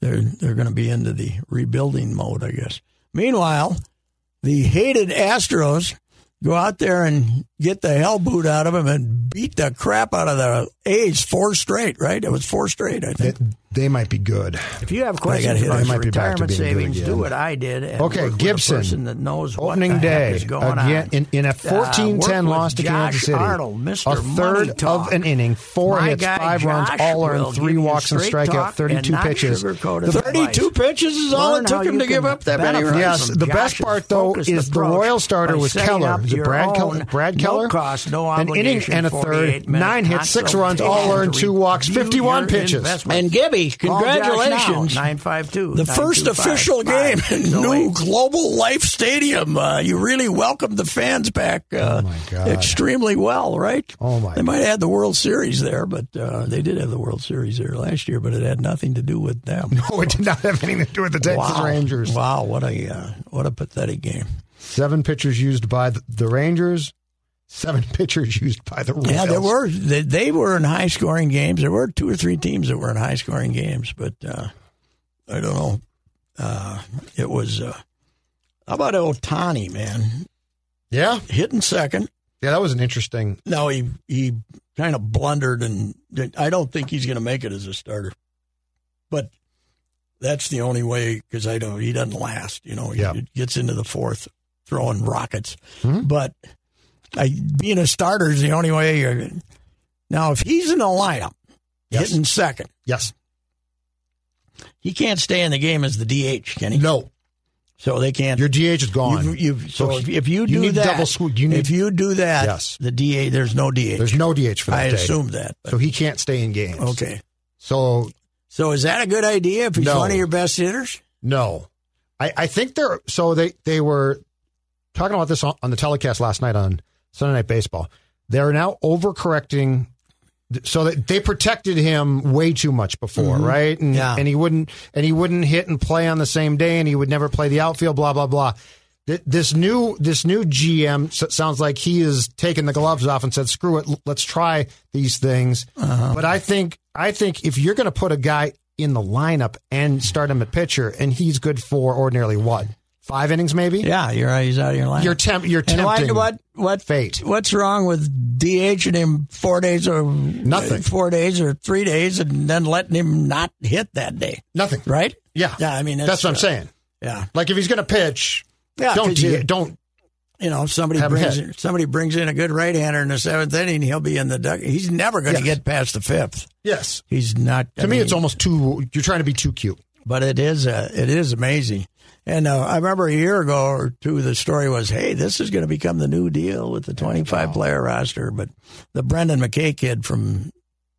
Speaker 1: they're they're going to be into the rebuilding mode, I guess. Meanwhile, the hated Astros go out there and get the hell boot out of them and beat the crap out of the A's four straight, right? It was four straight, I think.
Speaker 2: That- They might be good.
Speaker 1: If you have
Speaker 2: I
Speaker 1: questions
Speaker 2: gotta- I
Speaker 1: about
Speaker 2: might
Speaker 1: your
Speaker 2: be back to
Speaker 1: retirement
Speaker 2: being good
Speaker 1: savings,
Speaker 2: again.
Speaker 1: do what I did. And
Speaker 2: Okay,
Speaker 1: work with a
Speaker 2: Gibson.
Speaker 1: person that knows what
Speaker 2: Opening
Speaker 1: the
Speaker 2: day
Speaker 1: heck is going
Speaker 2: again
Speaker 1: on.
Speaker 2: in- in a 14-10
Speaker 1: work with
Speaker 2: loss to
Speaker 1: Josh
Speaker 2: Kansas City.
Speaker 1: Arnold, Mr.
Speaker 2: A third
Speaker 1: Money Talk.
Speaker 2: of an inning, four
Speaker 1: My
Speaker 2: hits,
Speaker 1: guy
Speaker 2: five runs,
Speaker 1: Josh
Speaker 2: all earned,
Speaker 1: will
Speaker 2: three
Speaker 1: give you
Speaker 2: walks and
Speaker 1: straight
Speaker 2: strikeout,
Speaker 1: talk and
Speaker 2: 32
Speaker 1: not
Speaker 2: pitches.
Speaker 1: sugarcoat
Speaker 2: The
Speaker 1: his
Speaker 2: 32
Speaker 1: advice.
Speaker 7: pitches is all
Speaker 1: Learn
Speaker 7: it
Speaker 1: how
Speaker 7: took him
Speaker 1: you
Speaker 7: to
Speaker 1: can
Speaker 7: give up that many
Speaker 1: benefit
Speaker 7: runs.
Speaker 2: Yes,
Speaker 1: from
Speaker 2: the best
Speaker 1: Josh's
Speaker 2: part, though,
Speaker 1: focused
Speaker 2: is the
Speaker 1: approach
Speaker 2: Royal starter
Speaker 1: by
Speaker 2: was
Speaker 1: setting
Speaker 2: Keller.
Speaker 1: up
Speaker 2: Is it
Speaker 1: your
Speaker 2: Brad
Speaker 1: own
Speaker 2: Keller? Brad Keller?
Speaker 1: No cost, no
Speaker 2: An inning
Speaker 1: obligation,
Speaker 2: and a third,
Speaker 1: 48 minute
Speaker 2: nine hits, six
Speaker 1: consultation
Speaker 2: runs, all
Speaker 1: to
Speaker 2: earned, two
Speaker 1: review
Speaker 2: walks, 51
Speaker 1: your
Speaker 2: pitches.
Speaker 1: investments.
Speaker 7: And Gibby,
Speaker 1: Call Josh now,
Speaker 7: congratulations.
Speaker 1: 952.
Speaker 7: The
Speaker 1: first official game in New Global Life Stadium. Uh, you really welcomed the fans back uh,
Speaker 2: Oh, my God.
Speaker 1: extremely well, right?
Speaker 2: Oh, my
Speaker 1: They might have had the World Series there, but uh, they did have the World Series there last year, but it had nothing to do with them.
Speaker 2: Oh, it did not have anything to do with the Texas
Speaker 1: wow.
Speaker 2: Rangers.
Speaker 1: Wow, what a uh, what a pathetic game.
Speaker 2: Seven pitchers used by the, the Rangers, seven pitchers used by the Royals.
Speaker 1: Yeah, there were they, they were in high scoring games. There were two or three teams that were in high scoring games, but uh, I don't know. Uh, it was uh, how about Otani, man,
Speaker 2: Yeah,
Speaker 1: hitting second.
Speaker 2: yeah, that was an interesting.
Speaker 1: No, he he kind of blundered, and did- I don't think he's going to make it as a starter. But that's the only way because I don't. He doesn't last. You know, he
Speaker 2: Yeah. Mm-hmm.
Speaker 1: gets into the fourth throwing rockets. But I, being a starter is the only way. You're, now, if he's in the lineup,
Speaker 2: Yes.
Speaker 1: hitting second,
Speaker 2: Yes.
Speaker 1: he can't stay in the game as the DH, can he?
Speaker 2: No,
Speaker 1: So they can't.
Speaker 2: your DH is gone.
Speaker 1: You've, you've, so,
Speaker 2: So
Speaker 1: if,
Speaker 2: he-
Speaker 1: if you
Speaker 2: you
Speaker 1: do
Speaker 2: need
Speaker 1: that,
Speaker 2: double sque- you need-
Speaker 1: if you do that,
Speaker 2: Yes.
Speaker 1: the DH, there's no DH.
Speaker 2: There's no DH for that
Speaker 1: I
Speaker 2: day.
Speaker 1: assumed that. but-
Speaker 2: so he can't stay in games.
Speaker 1: Okay.
Speaker 2: So
Speaker 1: So is that a good idea if he's
Speaker 2: No.
Speaker 1: one of your best hitters?
Speaker 2: No, I, I think they're so they they were talking about this on, on the telecast last night on Sunday Night Baseball. They're now overcorrecting, so that they protected him way too much before, right? And
Speaker 1: Yeah.
Speaker 2: and he wouldn't and he wouldn't hit and play on the same day, and he would never play the outfield. Blah blah blah. Th- This new this new GM s- sounds like he is taking the gloves off and said, "Screw it, l- let's try these things."
Speaker 1: Uh-huh.
Speaker 2: But I think I think if you're going to put a guy in the lineup and start him at pitcher, and he's good for ordinarily what five innings, maybe.
Speaker 1: Yeah, you're he's out of your line.
Speaker 2: You're temp. You're
Speaker 1: and
Speaker 2: tempting.
Speaker 1: why, what what
Speaker 2: Fate.
Speaker 1: What's wrong with DHing him four days or
Speaker 2: Nothing.
Speaker 1: four days or three days, and then letting him not hit that day,
Speaker 2: Nothing.
Speaker 1: right?
Speaker 2: Yeah.
Speaker 1: Yeah, I mean
Speaker 2: That's,
Speaker 1: that's
Speaker 2: what I'm
Speaker 1: uh,
Speaker 2: saying.
Speaker 1: Yeah,
Speaker 2: Like if he's going to pitch,
Speaker 1: yeah.
Speaker 2: don't
Speaker 1: 'cause you-
Speaker 2: de- don't.
Speaker 1: you know, if somebody
Speaker 2: Have him
Speaker 1: brings
Speaker 2: hit.
Speaker 1: in, somebody brings in a good right hander in the seventh inning, he'll be in the duck. He's never going to
Speaker 2: Yes.
Speaker 1: get past the fifth.
Speaker 2: Yes.
Speaker 1: He's not.
Speaker 2: To me, it's almost too. You're trying to be too cute.
Speaker 1: but it is uh, it is amazing. And uh, I remember a year ago or two, the story was, "Hey, this is going to become the new deal with the 25 player roster." But the Brendan McKay kid from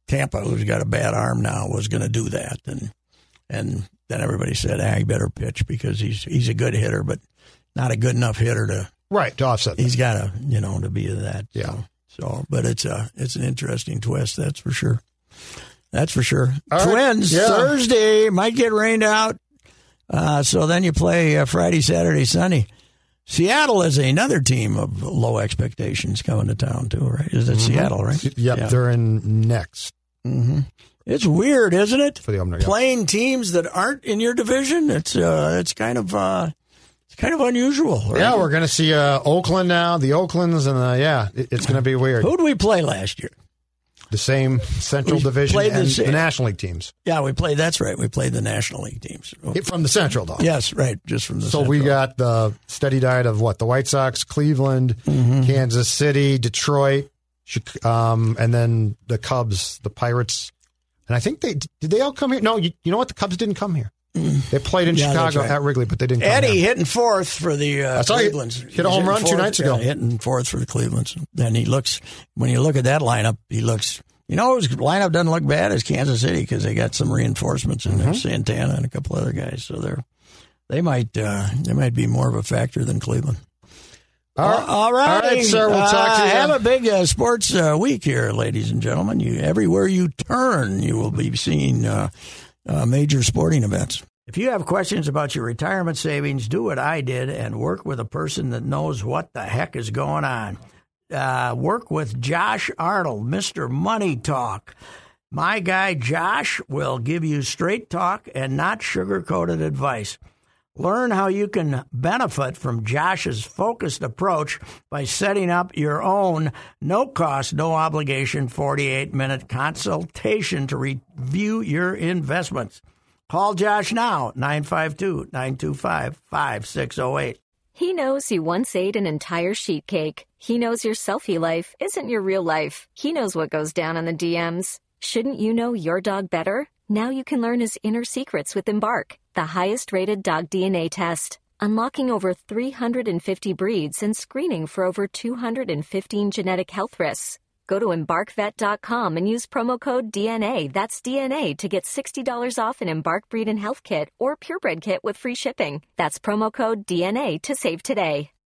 Speaker 1: Tampa, who's got a bad arm now, was going to do that, and and then everybody said, "Ah, he better pitch because he's he's a good hitter, but not a good enough hitter to
Speaker 2: Right to offset. that.
Speaker 1: he's got to you know to be that."
Speaker 2: Yeah.
Speaker 1: So, so, but it's a it's an interesting twist, that's for sure. That's for sure.
Speaker 2: All right.
Speaker 1: Twins
Speaker 2: Yeah.
Speaker 1: Thursday might get rained out. Uh, so then you play uh, Friday, Saturday, Sunday. Seattle is another team of low expectations coming to town too, right? Is it Seattle, right?
Speaker 2: Mm-hmm. Yep.
Speaker 1: Yeah.
Speaker 2: They're in next
Speaker 1: It's weird, isn't it?
Speaker 2: for the opener. yeah.
Speaker 1: Playing teams that aren't in your division. It's uh, it's kind of uh, it's kind of unusual. Right?
Speaker 2: Yeah, we're going to see uh, Oakland now. The Oaklands and the yeah, it, it's going to be weird.
Speaker 1: Who did we play last year?
Speaker 2: The same Central
Speaker 1: We
Speaker 2: Division
Speaker 1: played the
Speaker 2: and
Speaker 1: same-
Speaker 2: the National League teams
Speaker 1: Yeah, we played. That's right. We played the National League teams.
Speaker 2: It- from the Central though.
Speaker 1: Yes, right. Just from the
Speaker 2: So we
Speaker 1: Central.
Speaker 2: got the steady diet of what the White Sox, Cleveland,
Speaker 1: Mm-hmm.
Speaker 2: Kansas City, Detroit, Chic- um, and then the Cubs, the Pirates, and I think they did. They all come here. No, you, you know what? The Cubs didn't come here. They played in
Speaker 1: Mm. Yeah, that's
Speaker 2: Chicago
Speaker 1: right.
Speaker 2: at Wrigley, but they didn't. come
Speaker 1: Eddie
Speaker 2: here.
Speaker 1: hitting fourth for the uh,
Speaker 2: I saw he
Speaker 1: Clevelands.
Speaker 2: hit a
Speaker 1: He's
Speaker 2: home
Speaker 1: hitting
Speaker 2: run two
Speaker 1: fourth,
Speaker 2: nights
Speaker 1: yeah,
Speaker 2: ago.
Speaker 1: hitting fourth for the Clevelands, and he looks. When you look at that lineup, he looks. You know, his lineup doesn't look bad as Kansas City because they got some reinforcements in
Speaker 2: Mm-hmm.
Speaker 1: there, Santana and a couple other guys. So they're they might uh, they might be more of a factor than Cleveland.
Speaker 2: All right.
Speaker 1: all right,
Speaker 2: All right, sir. We'll talk to you.
Speaker 1: Have a big uh, sports uh, week here, ladies and gentlemen. You everywhere you turn, you will be seeing uh, uh, major sporting events. If you have questions about your retirement savings, do what I did and work with a person that knows what the heck is going on. Uh, work with Josh Arnold, Mr. Money Talk. My guy Josh will give you straight talk and not sugar coated advice. Learn how you can benefit from Josh's focused approach by setting up your own no cost, no obligation 48 minute consultation to review your investments. Call Josh now, 952 925 5608.
Speaker 7: He knows you once ate an entire sheet cake. He knows your selfie life isn't your real life. He knows what goes down on the DMs. Shouldn't you know your dog better? Now you can learn his inner secrets with Embark, the highest rated dog DNA test, unlocking over 350 breeds and screening for over 215 genetic health risks. Go to embarkvet.com and use promo code DNA, that's DNA, to get $60 off an Embark Breed and Health Kit or Purebred Kit with free shipping. That's promo code DNA to save today.